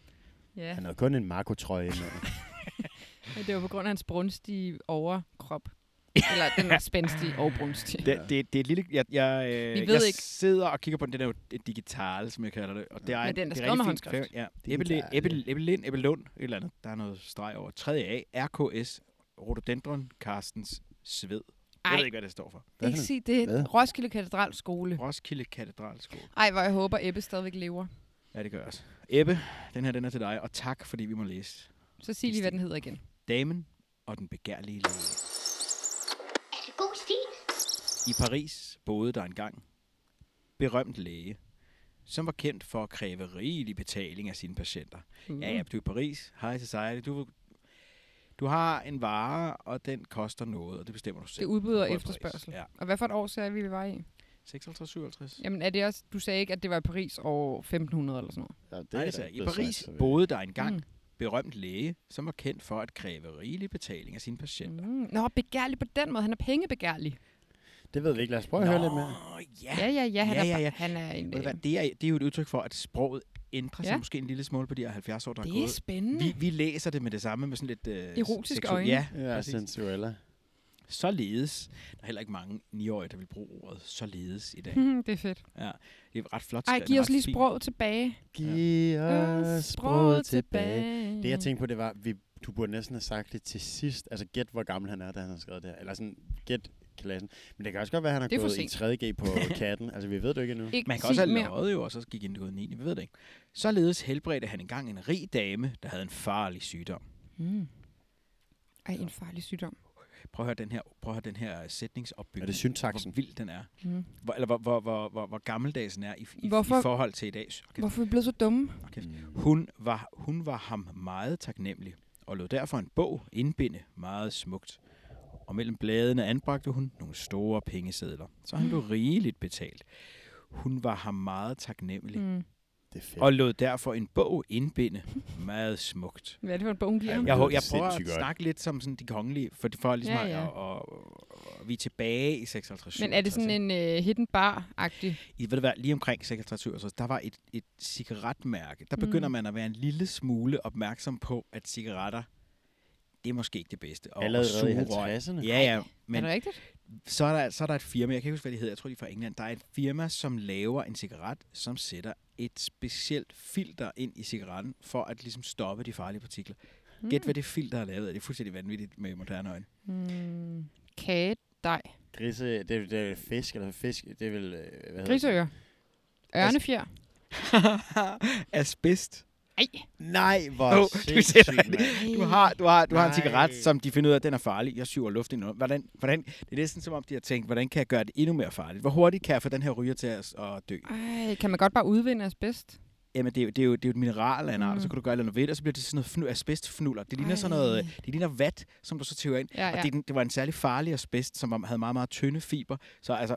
Speaker 4: Ja,
Speaker 2: han havde kun en makrotrøje med.
Speaker 4: det var på grund af hans brunstige overkrop. Eller den var spændstige og brunstige.
Speaker 3: det, det, det er et lille... Jeg, jeg, øh,
Speaker 4: Vi ved
Speaker 3: jeg
Speaker 4: ikke.
Speaker 3: sidder og kigger på den, den er jo digitale, som jeg kalder det. Og det er,
Speaker 4: Men
Speaker 3: en-
Speaker 4: den er
Speaker 3: det er
Speaker 4: skrevet med
Speaker 3: rigtig fint
Speaker 4: håndskrift.
Speaker 3: skrevet, Ja. Ebbelind,
Speaker 2: Digitale.
Speaker 3: Ebbelind, Ebbelind, Ebbelund, et eller andet. Der er noget streg over. 3A, RKS, Rhododendron, Carstens, Sved.
Speaker 4: Ej.
Speaker 3: Jeg ved ikke, hvad det står for.
Speaker 2: Hvad
Speaker 4: Ikke
Speaker 2: for
Speaker 4: sige det.
Speaker 2: Hvad?
Speaker 4: Roskilde Katedralskole.
Speaker 3: Roskilde Katedralskole.
Speaker 4: Ej, hvor jeg håber, Ebbe stadigvæk lever.
Speaker 3: Ja, det gør jeg også. Ebbe, den her den er til dig, og tak, fordi vi må læse.
Speaker 4: Så sig lige, hvad den hedder igen.
Speaker 3: Damen og den begærlige læge.
Speaker 1: Er det god stil?
Speaker 3: I Paris boede der engang berømt læge, som var kendt for at kræve rigelig betaling af sine patienter. Mm. Ja, ja, du er i Paris. Hej society. Du, du har en vare, og den koster noget, og det bestemmer du
Speaker 4: Det
Speaker 3: selv.
Speaker 4: udbyder
Speaker 3: Du bor i
Speaker 4: efterspørgsel.
Speaker 3: Paris. Ja,
Speaker 4: Og hvad for et år sagde vi, vi var i?
Speaker 3: 56, 57.
Speaker 4: Jamen, er det også, du sagde ikke, at det var i Paris år 1500 eller sådan noget?
Speaker 2: Ja, det
Speaker 3: Nej,
Speaker 2: da
Speaker 3: altså,
Speaker 2: ikke
Speaker 3: I
Speaker 2: blevet
Speaker 3: Paris
Speaker 2: sagt, så
Speaker 3: boede der engang
Speaker 4: Mm.
Speaker 3: mm. berømt læge, som var kendt for at kræve rigelig betaling af sine patienter.
Speaker 4: Mm. Nå, begærlig på den måde. Han er pengebegærlig.
Speaker 2: vel. Det ved vi ikke. Lad os prøve at høre lidt mere.
Speaker 3: ja.
Speaker 4: Ja, ja, Mm. ja. Han,
Speaker 3: Ja,
Speaker 4: er,
Speaker 3: ja, ja.
Speaker 4: han er en...
Speaker 3: Ved du
Speaker 4: Øh,
Speaker 3: hvad, Det, er, det er jo et udtryk for, at sproget ændrer sig
Speaker 4: Ja.
Speaker 3: måske en lille smule på de her 70 år, der er
Speaker 4: det er
Speaker 3: gået.
Speaker 4: spændende.
Speaker 3: Vi, vi læser det med det samme, med sådan lidt... Øh,
Speaker 4: Erotiske
Speaker 3: seksuel-
Speaker 4: Mm. øjne.
Speaker 3: Ja,
Speaker 2: Ja,
Speaker 3: præcis.
Speaker 2: sensuella.
Speaker 3: Således. Der er heller ikke mange 9-årige, der vil bruge ordet således i dag.
Speaker 4: Hmm, det er fedt.
Speaker 3: Ja, det er ret flot.
Speaker 4: Ej,
Speaker 3: skrevet,
Speaker 4: giv
Speaker 3: ret
Speaker 4: os lige
Speaker 3: fint.
Speaker 4: sproget tilbage. Øh,
Speaker 2: Giv os Øh, sproget tilbage.
Speaker 4: tilbage.
Speaker 2: Det jeg tænkte på, det var, vi, du burde næsten have sagt det til sidst. Altså gæt, hvor gammel han er, da han har skrevet det her. Eller sådan, gæt klassen. Men det kan også godt være, at han
Speaker 4: Det er
Speaker 2: har
Speaker 4: for
Speaker 2: gået i
Speaker 4: sent.
Speaker 2: 3G på katten. Altså, vi ved det jo ikke endnu.
Speaker 4: Ikke
Speaker 3: Man kan
Speaker 4: sig
Speaker 3: også have
Speaker 4: mere.
Speaker 3: løjet jo, og så gik ind i 9. Vi ved det ikke. Således helbredte han engang en rig dame, der havde en farlig sygdom.
Speaker 4: Mm. Ej, en farlig sygdom.
Speaker 3: Prøv at høre den her, prøv at høre den her øh, sætningsopbygning.
Speaker 2: Er det syntaksen?
Speaker 3: Hvor vild den er.
Speaker 4: Mm.
Speaker 3: Hvor, eller hvor, hvor, hvor, hvor, hvor gammeldags den er i, i, i
Speaker 4: Hvorfor-
Speaker 3: forhold til i dag. Okay.
Speaker 4: Hvorfor er vi blevet så dumme?
Speaker 3: Okay.
Speaker 2: Mm.
Speaker 3: Hun, var, hun var ham meget taknemmelig, og lod derfor en bog indbinde meget smukt. Og mellem bladene anbragte hun nogle store pengesedler, så han
Speaker 4: Mm.
Speaker 3: blev rigeligt betalt. Hun var ham meget taknemmelig,
Speaker 4: Mm.
Speaker 2: Det er fedt.
Speaker 3: og lod derfor en bog indbinde meget smukt.
Speaker 4: Hvad er det for en bog, hun giver
Speaker 2: Ej,
Speaker 4: ham?
Speaker 2: hvor-
Speaker 3: Jeg,
Speaker 2: lyder
Speaker 3: hå-
Speaker 2: det
Speaker 3: jeg prøver
Speaker 2: sindssygt
Speaker 3: at
Speaker 2: godt.
Speaker 3: snakke lidt som sådan de kongelige, for, for ligesom
Speaker 4: Ja,
Speaker 3: ja, ja.
Speaker 4: ja.
Speaker 3: At, og, og, vi er tilbage i altså. 56
Speaker 4: Men er det sådan en uh, hidden bar-agtig?
Speaker 3: I, ved du hvad, lige omkring 66 så der var et, et cigaretmærke. Der begynder
Speaker 4: Mm.
Speaker 3: man at være en lille smule opmærksom på, at cigaretter, det er måske ikke det bedste. Og, og
Speaker 2: Allerede i
Speaker 3: sugerøg.
Speaker 2: 50'erne?
Speaker 3: Ja, ja.
Speaker 4: Er
Speaker 3: Men
Speaker 4: det rigtigt?
Speaker 3: så er, der, så er der et firma, jeg kan ikke huske, hvad det hedder, jeg tror, de er fra England. Der er et firma, som laver en cigaret, som sætter et specielt filter ind i cigaretten, for at ligesom stoppe de farlige partikler. Mm. Gæt, hvad det filter er lavet af. Det er fuldstændig vanvittigt med moderne øjne.
Speaker 4: Mm. Kage, dej.
Speaker 2: Grise, det, er- det er fisk, eller fisk, det er vel... øh, Hvad hedder det?
Speaker 4: Griseører. Ørnefjer.
Speaker 3: Asbest.
Speaker 4: Ej,
Speaker 2: Nej, hvor
Speaker 3: Åh,
Speaker 2: oh,
Speaker 3: du
Speaker 2: sindssygt,
Speaker 3: sætter
Speaker 2: mand.
Speaker 3: Du har, du har, du har en
Speaker 2: Nej.
Speaker 3: cigaret, som de finder ud af, at den er farlig. Jeg syver luft ind i den. hvordan, hvordan, Det er næsten som om, de har tænkt, hvordan kan jeg gøre det endnu mere farligt? Hvor hurtigt kan jeg få den her ryger til at, at dø?
Speaker 4: ej, kan man godt bare udvinde asbest?
Speaker 3: Jamen, det er, jo, det, er jo, det er jo et mineral af en art, og så
Speaker 4: Mm.
Speaker 3: kan du gøre et eller andet ved det, og så bliver det sådan noget fnu, asbestfnuller. Det ligner sådan
Speaker 4: Ej.
Speaker 3: noget, det ligner vat, som du så tøver ind.
Speaker 4: Ja,
Speaker 3: Og
Speaker 4: ja.
Speaker 3: det, er den- det var en særlig farlig asbest, som om- havde meget, meget tynde fiber. Så altså,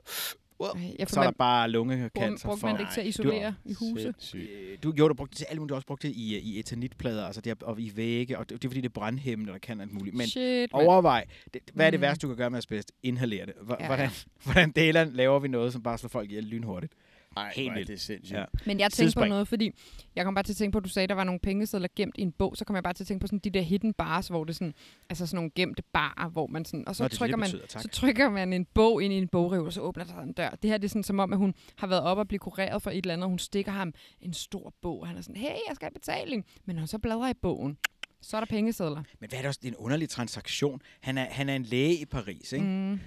Speaker 4: Ej, jeg
Speaker 3: så
Speaker 4: får
Speaker 3: er
Speaker 4: man,
Speaker 3: der bare lungekancer
Speaker 4: brugte
Speaker 3: for.
Speaker 4: man det ikke til at isolere i huse?
Speaker 2: Sindssygt.
Speaker 3: Øh, Du gjorde det brugte det til alt muligt. Du har også brugt det i, øh, i etanitplader, altså det er, og i vægge, og det, det er fordi, det er brandhæmmende, og der kan alt muligt. Men
Speaker 4: Shit, mand.
Speaker 3: overvej, det, hvad er det
Speaker 4: Mm.
Speaker 3: værste, du kan gøre med asbest? Inhalere det. Hvor,
Speaker 4: Ja, ja.
Speaker 3: hvordan, hvordan deler laver vi noget, som bare slår folk ihjel lynhurtigt?
Speaker 2: Ej,
Speaker 3: Helt
Speaker 2: hvor er
Speaker 3: vildt.
Speaker 2: det sindssygt.
Speaker 3: Ja.
Speaker 2: Ja.
Speaker 4: Men jeg tænkte på
Speaker 3: Sidespring.
Speaker 4: noget, fordi jeg kom bare til at tænke på, at du sagde, at der var nogle pengesedler gemt i en bog. Så kom jeg bare til at tænke på sådan de der hidden bars, hvor det sådan, altså sådan nogle gemte barer, hvor man sådan, og så,
Speaker 3: Nå, det er det,
Speaker 4: trykker,
Speaker 3: det
Speaker 4: man,
Speaker 3: betyder, tak.
Speaker 4: så trykker man en bog ind i en bogreol, og så åbner der sig en dør. Det her det er sådan som om, at hun har været op og blive kureret for et eller andet, og hun stikker ham en stor bog. og Han er sådan, hey, jeg skal have betaling. Men når han så bladrer i bogen, så er der pengesedler.
Speaker 3: Men hvad er det også? Det er en underlig transaktion. Han er, han er en læge i Paris, ikke? Mm.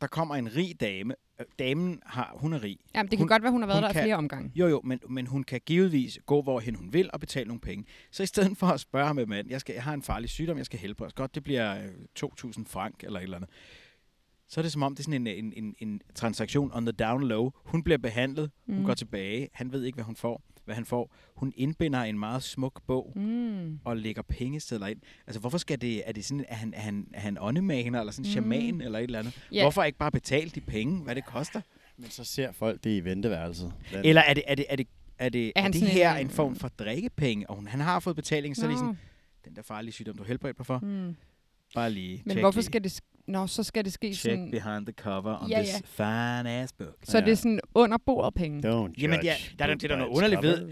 Speaker 3: Der kommer en rig dame. Øh, Damen har, hun er rig.
Speaker 4: Jamen, det kan
Speaker 3: Hun-
Speaker 4: godt være, hun har været
Speaker 3: hun
Speaker 4: der
Speaker 3: kan-
Speaker 4: kan... flere omgange.
Speaker 3: Jo, jo, men, men hun kan givetvis gå, hvorhen hun vil, og betale nogle penge. Så i stedet for at spørge ham, mand, jeg, skal, jeg har en farlig sygdom, jeg skal helbredes godt, det bliver øh, 2.000 frank eller et eller andet. Så er det som om, det er sådan en, en, en, en transaktion on the down low. Hun bliver behandlet, mm. hun går tilbage, han ved ikke, hvad hun får, hvad han får. Hun indbinder en meget smuk bog,
Speaker 4: Mm.
Speaker 3: og lægger pengesedler ind. Altså, hvorfor skal det... Er det sådan, at han, han, han åndemaner, eller sådan en shaman, eller et eller andet?
Speaker 4: Mm. Ja.
Speaker 3: Hvorfor ikke bare betale de penge, hvad det koster?
Speaker 2: Men så ser folk det i venteværelset. Den-
Speaker 3: Eller er det, er det, er det, er det, er
Speaker 4: han
Speaker 3: det
Speaker 4: sådan
Speaker 3: her
Speaker 4: en-
Speaker 3: en form for drikkepenge? Og hun, han har fået betaling, så er det
Speaker 4: Nå.
Speaker 3: sådan, den der farlige sygdom, du er helbredt mig for,
Speaker 4: Mm.
Speaker 3: bare lige
Speaker 4: Men
Speaker 3: check
Speaker 4: hvorfor
Speaker 3: lige.
Speaker 4: skal det... sk- Nå, så skal det ske
Speaker 3: Check
Speaker 4: sådan...
Speaker 3: behind the cover on
Speaker 4: Ja,
Speaker 3: this
Speaker 4: ja.
Speaker 3: fine ass book.
Speaker 4: Så er det sådan under bordet penge.
Speaker 2: Don't judge.
Speaker 3: Jamen, ja, der er, der,
Speaker 2: book
Speaker 3: det er der
Speaker 2: by
Speaker 3: noget
Speaker 2: its
Speaker 3: underligt
Speaker 2: cover.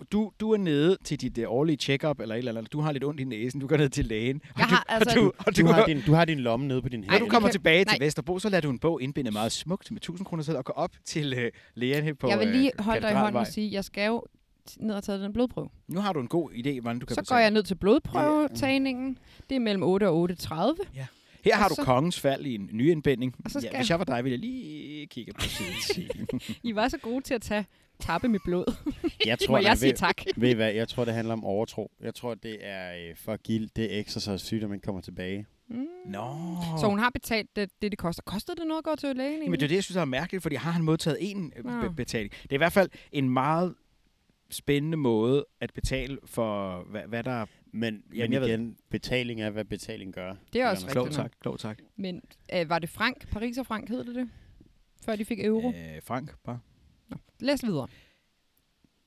Speaker 3: ved. Du, du er nede til dit uh, årlige check-up, eller et eller andet. Du har lidt ondt i næsen, du går ned til lægen. og
Speaker 4: Jeg
Speaker 3: du-
Speaker 4: har
Speaker 3: og
Speaker 4: altså-
Speaker 3: du, og
Speaker 2: Du har, din, du har din lomme nede på din hæl.
Speaker 3: Når du
Speaker 4: det
Speaker 3: kommer
Speaker 4: kan-
Speaker 3: tilbage til
Speaker 4: nej.
Speaker 3: Vesterbro, så lader du en bog indbinde meget smukt med 1000 kroner selv og gå op til øh, lægen her på
Speaker 4: jeg vil lige
Speaker 3: øh,
Speaker 4: holde dig i hånden
Speaker 3: Katedralvej.
Speaker 4: og sige, at jeg skal jo t- ned og tage den blodprøve.
Speaker 3: Nu har du en god idé, hvordan du kan
Speaker 4: Så går
Speaker 3: betale.
Speaker 4: jeg ned til blodprøvetagningen. Det er mellem 8 og 8.30.
Speaker 3: Her har
Speaker 4: og
Speaker 3: du
Speaker 4: så-
Speaker 3: kongens fald i en ny indbinding.
Speaker 4: Og så skal
Speaker 3: ja, hvis jeg var dig, ville jeg lige kigge på siden.
Speaker 4: I var så gode til at tage tappe mit blod.
Speaker 2: Jeg
Speaker 4: Må jeg
Speaker 2: man
Speaker 4: sige
Speaker 2: ved,
Speaker 4: tak?
Speaker 2: ved I hvad, jeg tror, det handler om overtro. Jeg tror, det er øh, for gild, det er ekstra så sygt, at man kommer tilbage.
Speaker 3: Nå.
Speaker 4: Mm. Så hun har betalt det, det, det koster. Kostede det noget at gå til lægen
Speaker 3: Men det er
Speaker 4: egentlig?
Speaker 3: det, jeg synes er mærkeligt, fordi har han modtaget en
Speaker 4: Nå.
Speaker 3: be- betaling? Det er i hvert fald en meget spændende måde at betale for, hvad, hvad der er
Speaker 2: Men,
Speaker 3: Ja,
Speaker 2: men
Speaker 3: jeg ved
Speaker 2: igen, betaling er, hvad betaling gør.
Speaker 4: Det er
Speaker 2: Eller
Speaker 4: også
Speaker 2: man-
Speaker 3: klogt
Speaker 4: Rigtigt nok.
Speaker 3: sagt. Klogt sagt.
Speaker 4: Men øh, var det frank? Paris og frank hed det det? Før de fik euro.
Speaker 3: Øh, Frank, bare.
Speaker 4: Læs videre.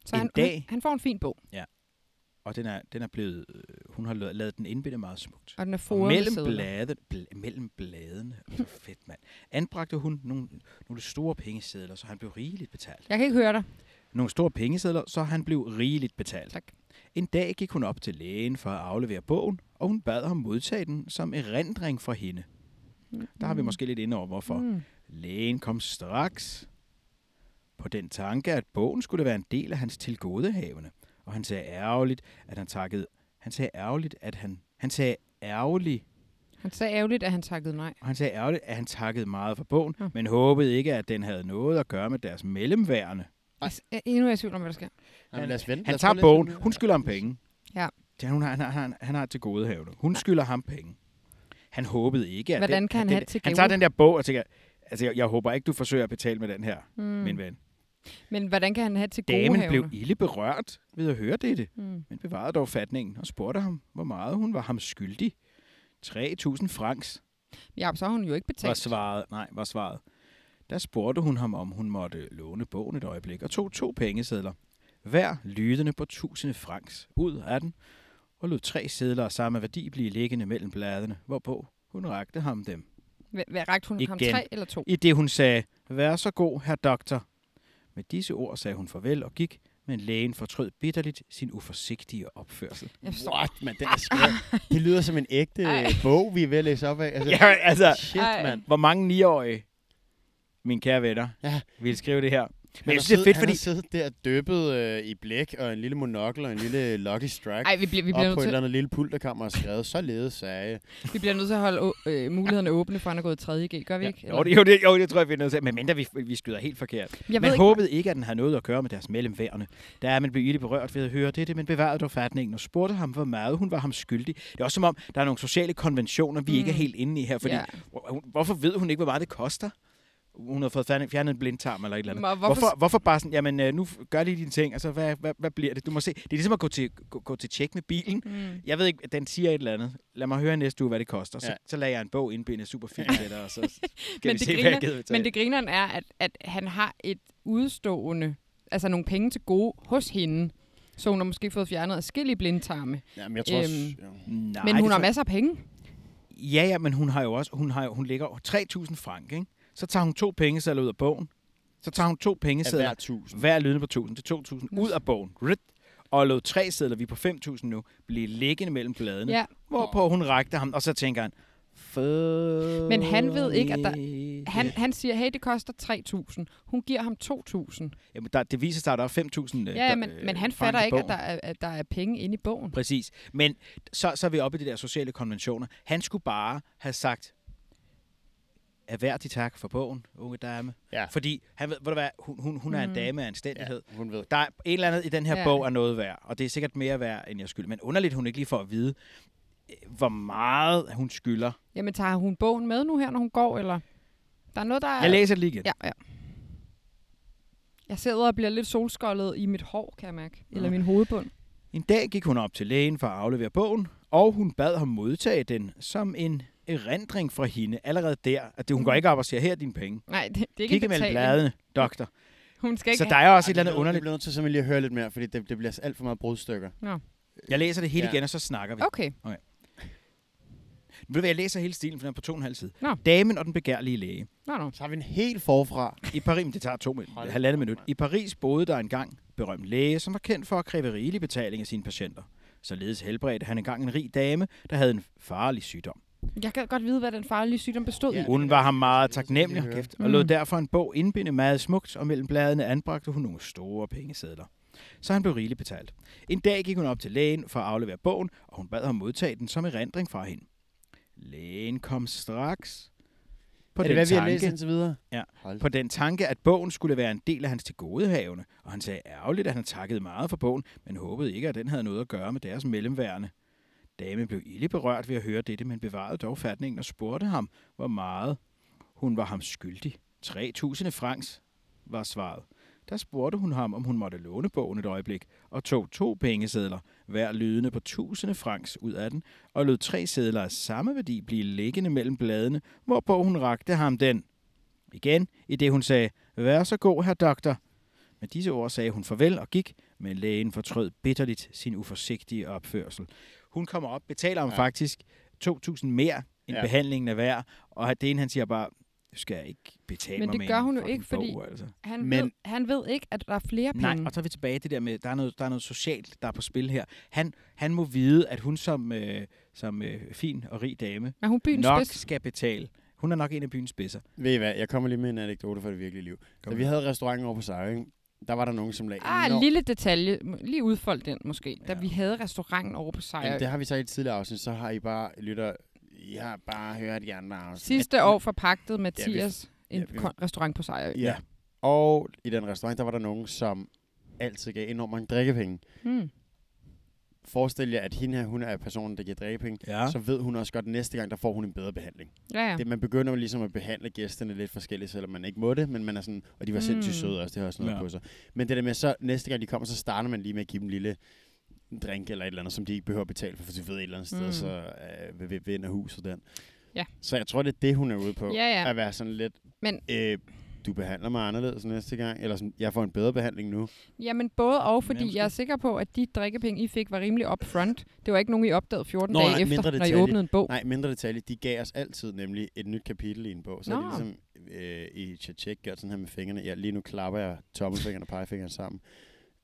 Speaker 4: Så
Speaker 3: En
Speaker 4: han,
Speaker 3: dag-
Speaker 4: han, han får en fin bog,
Speaker 3: Og den er, den er blevet, øh, hun har lavet- lavet den indbinde meget smukt.
Speaker 4: og den er
Speaker 3: Og
Speaker 4: foret med
Speaker 3: mellem,
Speaker 4: sedler.
Speaker 3: blade, bl- mellem bladene, så fedt mand, anbragte hun nogle, nogle store pengesedler, så han blev rigeligt betalt.
Speaker 4: Jeg kan ikke høre dig.
Speaker 3: Nogle store pengesedler, så han blev rigeligt betalt.
Speaker 4: Tak.
Speaker 3: En dag gik hun op til lægen for at aflevere bogen, og hun bad ham modtage den som erindring fra hende. Der har vi måske lidt inde over, hvorfor.
Speaker 4: Mm.
Speaker 3: Lægen kom straks på den tanke, at bogen skulle være en del af hans tilgodehavende, og han sagde ærgerligt, at han takkede... Han sagde ærgerligt, at han... Han sagde ærgerligt,
Speaker 4: Han sagde ærgerligt, at han takkede nej.
Speaker 3: og han sagde ærgerligt, at han takkede meget for bogen,
Speaker 4: Ja.
Speaker 3: men håbede ikke, at den havde noget at gøre med deres mellemværende.
Speaker 4: Jeg, s- Altså, jeg, endnu er jeg i tvivl om, hvad der sker.
Speaker 2: Jamen, lad os vente. lad
Speaker 3: Han
Speaker 2: os
Speaker 3: tager
Speaker 2: prøve lidt
Speaker 3: bogen.
Speaker 2: at-
Speaker 3: Hun skylder ham penge.
Speaker 4: øh, Ja.
Speaker 3: Det, han, han, han, han, han har til gode havne. Hun skylder ham penge. Han håbede ikke, at
Speaker 4: Hvordan
Speaker 3: den,
Speaker 4: kan han
Speaker 3: den,
Speaker 4: have til
Speaker 3: Han
Speaker 4: gave?
Speaker 3: tager den der bog og tænker, altså jeg, jeg håber ikke, du forsøger at betale med den her, mm. min ven.
Speaker 4: Men hvordan kan han have til gode
Speaker 3: Damen
Speaker 4: havner?
Speaker 3: blev ille berørt ved at høre dette,
Speaker 4: Mm.
Speaker 3: men bevarede dog fatningen og spurgte ham, hvor meget hun var ham skyldig. 3.000 francs
Speaker 4: Ja, så har hun jo ikke
Speaker 3: var
Speaker 4: betalt.
Speaker 3: svaret. Nej, var svaret. Der spurgte hun ham, om hun måtte låne bogen et øjeblik, og tog to pengesedler. Hver lydende på 1000 francs ud af den, og lod tre sedler af samme værdi blive liggende mellem bladene, hvorpå hun rakte ham dem.
Speaker 4: Hvad, hvad rakte hun ham?
Speaker 3: Igen.
Speaker 4: Tre eller to?
Speaker 3: I det hun sagde, vær så god, herr doktor. Med disse ord sagde hun farvel og gik, men lægen fortrød bitterligt sin uforsigtige opførsel.
Speaker 4: Jeg forstår.
Speaker 2: What, man, den er skrev. Det lyder som en ægte
Speaker 4: Ej.
Speaker 2: bog, vi er ved at læse op af. Altså,
Speaker 3: Ja, altså,
Speaker 2: shit,
Speaker 4: Ej.
Speaker 2: mand.
Speaker 3: hvor mange niårige, mine kære venner,
Speaker 2: Ja.
Speaker 3: vil skrive det her? Men
Speaker 2: har
Speaker 3: jeg synes, det er
Speaker 2: siddet-
Speaker 3: fedt,
Speaker 2: han
Speaker 3: fordi...
Speaker 2: har siddet der døbet øh, i blæk, og en lille monokkel og en lille Lucky Strike.
Speaker 4: Ej, vi bliver, vi
Speaker 2: op på
Speaker 4: bliver, nødt
Speaker 2: et
Speaker 4: til,
Speaker 2: eller andet lille pulterkammer og skrevet, således sagde
Speaker 4: vi bliver nødt til at holde å- øh, mulighederne åbne, for han er gået i 3.G, gør vi ikke?
Speaker 3: Ja, jo, det, jo, det, jo, det tror jeg, vi er nødt til. Men mindre vi, vi skyder helt forkert.
Speaker 4: jeg ved
Speaker 3: Man
Speaker 4: ikke,
Speaker 3: håbede ikke, at den havde noget at gøre med deres medlemværende. Der er man blev ilde berørt ved at høre dette, men bevarede dog fatningen og spurgte ham, hvor meget hun var ham skyldig. Det er også som om, der er nogle sociale konventioner, vi mm. ikke er helt inde i her. Fordi
Speaker 4: Ja.
Speaker 3: hvor- hun- hvorfor ved hun ikke, hvor meget det koster? Hun har fået fjernet fjernet en blindtarm eller et eller andet.
Speaker 4: Hvor- hvorfor-
Speaker 3: Hvorfor, hvorfor bare sådan, jamen øh, nu f- gør lige dine ting, altså hvad, hvad, hvad bliver det? Du må se, det er ligesom at gå til, gå, gå til tjek med bilen.
Speaker 4: Mm.
Speaker 3: Jeg ved ikke, den siger et eller andet. Lad mig høre næste uge, hvad det koster. Så,
Speaker 2: Ja.
Speaker 3: ja. så lader jeg en bog indbinde super fint til dig, og så skal
Speaker 4: Men
Speaker 3: vi
Speaker 4: det
Speaker 3: se, hvad
Speaker 4: griner-
Speaker 3: jeg gider betale.
Speaker 4: Men det grineren er, at, at han har et udstående, altså nogle penge til gode hos hende. Så hun har måske fået fjernet adskillige blindtarme.
Speaker 2: Jamen, jeg tror også...
Speaker 4: Øhm,
Speaker 2: ja.
Speaker 3: Nej,
Speaker 4: Men
Speaker 3: det
Speaker 4: hun har
Speaker 3: tror-
Speaker 4: masser af penge.
Speaker 3: Ja, ja, men hun har jo også, hun, har jo, hun ligger over 3.000 frank, ikke? Så tager hun to pengesedler ud af bogen. Så tager hun to
Speaker 2: Af
Speaker 3: pengesedler,
Speaker 2: hver tusind.
Speaker 3: hver lydende på 1.000, til 2.000, ud af bogen. Rit. Og lod tre sedler, vi er på 5.000 nu, blive liggende mellem bladene.
Speaker 4: Ja.
Speaker 3: Hvorpå hun rakte ham, og så tænker han,
Speaker 4: Men han ved ikke, at der-
Speaker 3: "Fuck
Speaker 4: Han,
Speaker 3: it."
Speaker 4: han siger, hey, det koster 3.000. Hun giver ham 2.000.
Speaker 3: Jamen, der, det viser sig, at der er 5.000 øh,
Speaker 4: Ja,
Speaker 3: der-
Speaker 4: men,
Speaker 3: øh,
Speaker 4: men han
Speaker 3: frank i
Speaker 4: fatter ikke, at
Speaker 3: bogen.
Speaker 4: der, er, at der er penge inde i bogen.
Speaker 3: Præcis. Men så, så er vi oppe i de der sociale konventioner. Han skulle bare have sagt, erhverdig tak for bogen, unge dame.
Speaker 2: Ja.
Speaker 3: Fordi han ved, ved du hvad, hun, hun, hun
Speaker 4: Mhm.
Speaker 3: er en dame af anstændighed.
Speaker 2: Ja, hun ved.
Speaker 3: Der er et eller andet i den her
Speaker 4: Ja.
Speaker 3: ja. bog er noget værd, og det er sikkert mere værd, end jeg skylder. Men underligt, hun ikke lige får at vide, øh, hvor meget hun skylder.
Speaker 4: Jamen, tager hun bogen med nu her, når hun går, eller? Der er noget, der er...
Speaker 3: Jeg læser det lige igen.
Speaker 4: Ja, ja. Jeg sidder og bliver lidt solskoldet i mit hår, kan jeg mærke. Eller min hovedbund.
Speaker 3: En dag gik hun op til lægen for at aflevere bogen, og hun bad ham modtage den som en erindring fra hende allerede der. At det, hun går ikke op og siger, her er dine penge.
Speaker 4: Nej, det, det er Mhm. ikke
Speaker 3: Kigge
Speaker 4: en
Speaker 3: mellem
Speaker 4: betaling.
Speaker 3: bladene, doktor.
Speaker 4: Hun skal ikke
Speaker 3: Så der er
Speaker 2: Ej,
Speaker 3: også et eller andet
Speaker 2: det bliver- Det
Speaker 3: underligt.
Speaker 2: bliver nødt til simpelthen lige at høre lidt mere, fordi det, det bliver alt for meget brudstykker.
Speaker 3: Jeg læser det hele
Speaker 2: Ja.
Speaker 3: igen, og så snakker vi.
Speaker 4: Okay.
Speaker 3: Ved du hvad, jeg læser hele stilen, for den er på to og en halv side.
Speaker 4: Nå.
Speaker 3: Damen og den begærlige læge.
Speaker 4: Nå, nå.
Speaker 2: Så har vi en helt forfra.
Speaker 3: I Paris, men det tager to min-
Speaker 2: Hold da
Speaker 3: halvandet
Speaker 2: op,
Speaker 3: minut.
Speaker 2: mand.
Speaker 3: I Paris boede der engang berømt læge, som var kendt for at kræve rigelig betaling af sine patienter. Således helbredte han engang en rig dame, der havde en farlig sygdom.
Speaker 4: Jeg kan godt vide, hvad den farlige sygdom bestod
Speaker 2: Ja.
Speaker 4: i.
Speaker 3: Hun var ham meget
Speaker 2: Det er sådan, de
Speaker 3: taknemmelig
Speaker 2: hører.
Speaker 3: kæft, og lod
Speaker 4: Mm.
Speaker 3: derfor en bog indbinde meget smukt, og mellem bladene anbragte hun nogle store pengesedler. Så han blev rigeligt betalt. En dag gik hun op til lægen for at aflevere bogen, og hun bad ham modtage den som erindring fra hende. Lægen kom straks på
Speaker 2: er det,
Speaker 3: den,
Speaker 2: hvad vi har læst
Speaker 3: tanke,
Speaker 2: indtil videre?
Speaker 3: Ja.
Speaker 2: Hold
Speaker 3: på den tanke, at bogen skulle være en del af hans tilgodehavende, og han sagde ærgerligt, at han takkede meget for bogen, men håbede ikke, at den havde noget at gøre med deres mellemværende. Damen blev ille berørt ved at høre dette, men bevarede dog fatningen og spurgte ham, hvor meget hun var ham skyldig. 3.000 francs, var svaret. Der spurgte hun ham, om hun måtte låne bogen et øjeblik, og tog to pengesedler, hver lydende på 1000 francs ud af den, og lod tre sedler af samme værdi blive liggende mellem bladene, hvorpå hun rakte ham den. Igen, i det hun sagde, vær så god, herr doktor. Med disse ord sagde hun farvel og gik, men lægen fortrød bitterligt sin uforsigtige opførsel. Hun kommer op, betaler ham
Speaker 2: Ja.
Speaker 3: ja. faktisk 2.000 mere end
Speaker 2: Ja.
Speaker 3: ja. behandlingen er værd, og at det ene, han siger bare, du skal jeg ikke betale
Speaker 4: Men
Speaker 3: mig
Speaker 4: det
Speaker 3: med
Speaker 4: gør
Speaker 3: en
Speaker 4: hun jo
Speaker 3: fucking
Speaker 4: ikke, fordi-
Speaker 3: Bog, altså.
Speaker 4: Han,
Speaker 2: Men-
Speaker 4: ved, han ved ikke, at der er flere
Speaker 3: Nej,
Speaker 4: penge.
Speaker 3: og så er vi tilbage i det der med, der er noget, der er noget socialt, der er på spil her. Han, han må vide, at hun som, øh, som øh, fin og rig dame
Speaker 4: Men hun er byens
Speaker 3: nok
Speaker 4: bedste.
Speaker 3: skal betale. Hun er nok en af byens spidser.
Speaker 2: Ved I hvad, jeg kommer lige med en anekdote fra det virkelige liv. Da
Speaker 3: med
Speaker 2: vi havde restauranten over på Sejre, ikke? der var der nogen, som lagde
Speaker 4: Ah, en
Speaker 2: enormt...
Speaker 4: lille detalje. Må- Lige udfold den måske. Da
Speaker 3: Ja.
Speaker 4: vi havde restauranten over på Sejr.
Speaker 2: Jamen, det har vi så i et tidligere afsnit, så har I bare, lytter, I har bare hørt de andre afsnit.
Speaker 4: Sidste år forpagtede Mathias
Speaker 2: ja,
Speaker 4: en
Speaker 2: vi-
Speaker 4: kon- restaurant på Sejr.
Speaker 2: Ja. Og i den restaurant, der var der nogen, som altid gav enormt mange drikkepenge.
Speaker 4: Hmm.
Speaker 2: Forestil jer, at hende her, hun er personen, der giver drikkepenge.
Speaker 3: Ja.
Speaker 2: Så ved hun også godt, at næste gang, der får hun en bedre behandling.
Speaker 4: Ja, ja.
Speaker 2: det, man begynder jo ligesom at behandle gæsterne lidt forskelligt, selvom man ikke må det, men man er sådan, og de var mm. sindssygt
Speaker 4: Mm.
Speaker 2: søde også, det har også noget ja.
Speaker 3: Ja.
Speaker 2: på sig. Men det der med, så næste gang de kommer, så starter man lige med at give dem en lille drink eller et eller andet, som de ikke behøver at betale for, for de ved et eller andet sted,
Speaker 4: Mm.
Speaker 2: så øh, vi- vi vinder huset den.
Speaker 4: Ja.
Speaker 2: Så jeg tror, det er det, hun er ude på.
Speaker 4: Ja, ja.
Speaker 2: At være sådan lidt,
Speaker 4: Men-
Speaker 2: øh, du behandler mig anderledes næste gang, eller sådan, jeg får en bedre behandling nu.
Speaker 4: Jamen både og, fordi
Speaker 3: måske.
Speaker 4: jeg er sikker på, at de drikkepenge, I fik, var rimelig upfront. Det var ikke nogen, I opdagede 14
Speaker 2: Nå,
Speaker 4: dage
Speaker 2: nej, mindre
Speaker 4: efter, når I
Speaker 2: detalje.
Speaker 4: åbnede en bog.
Speaker 2: Nej, mindre detalje, de gav os altid nemlig et nyt kapitel i en bog. Så
Speaker 4: Nå.
Speaker 2: er det ligesom øh, i Tjatjek gjort sådan her med fingrene. Ja, lige nu klapper jeg tommelfingeren og pegefingeren sammen.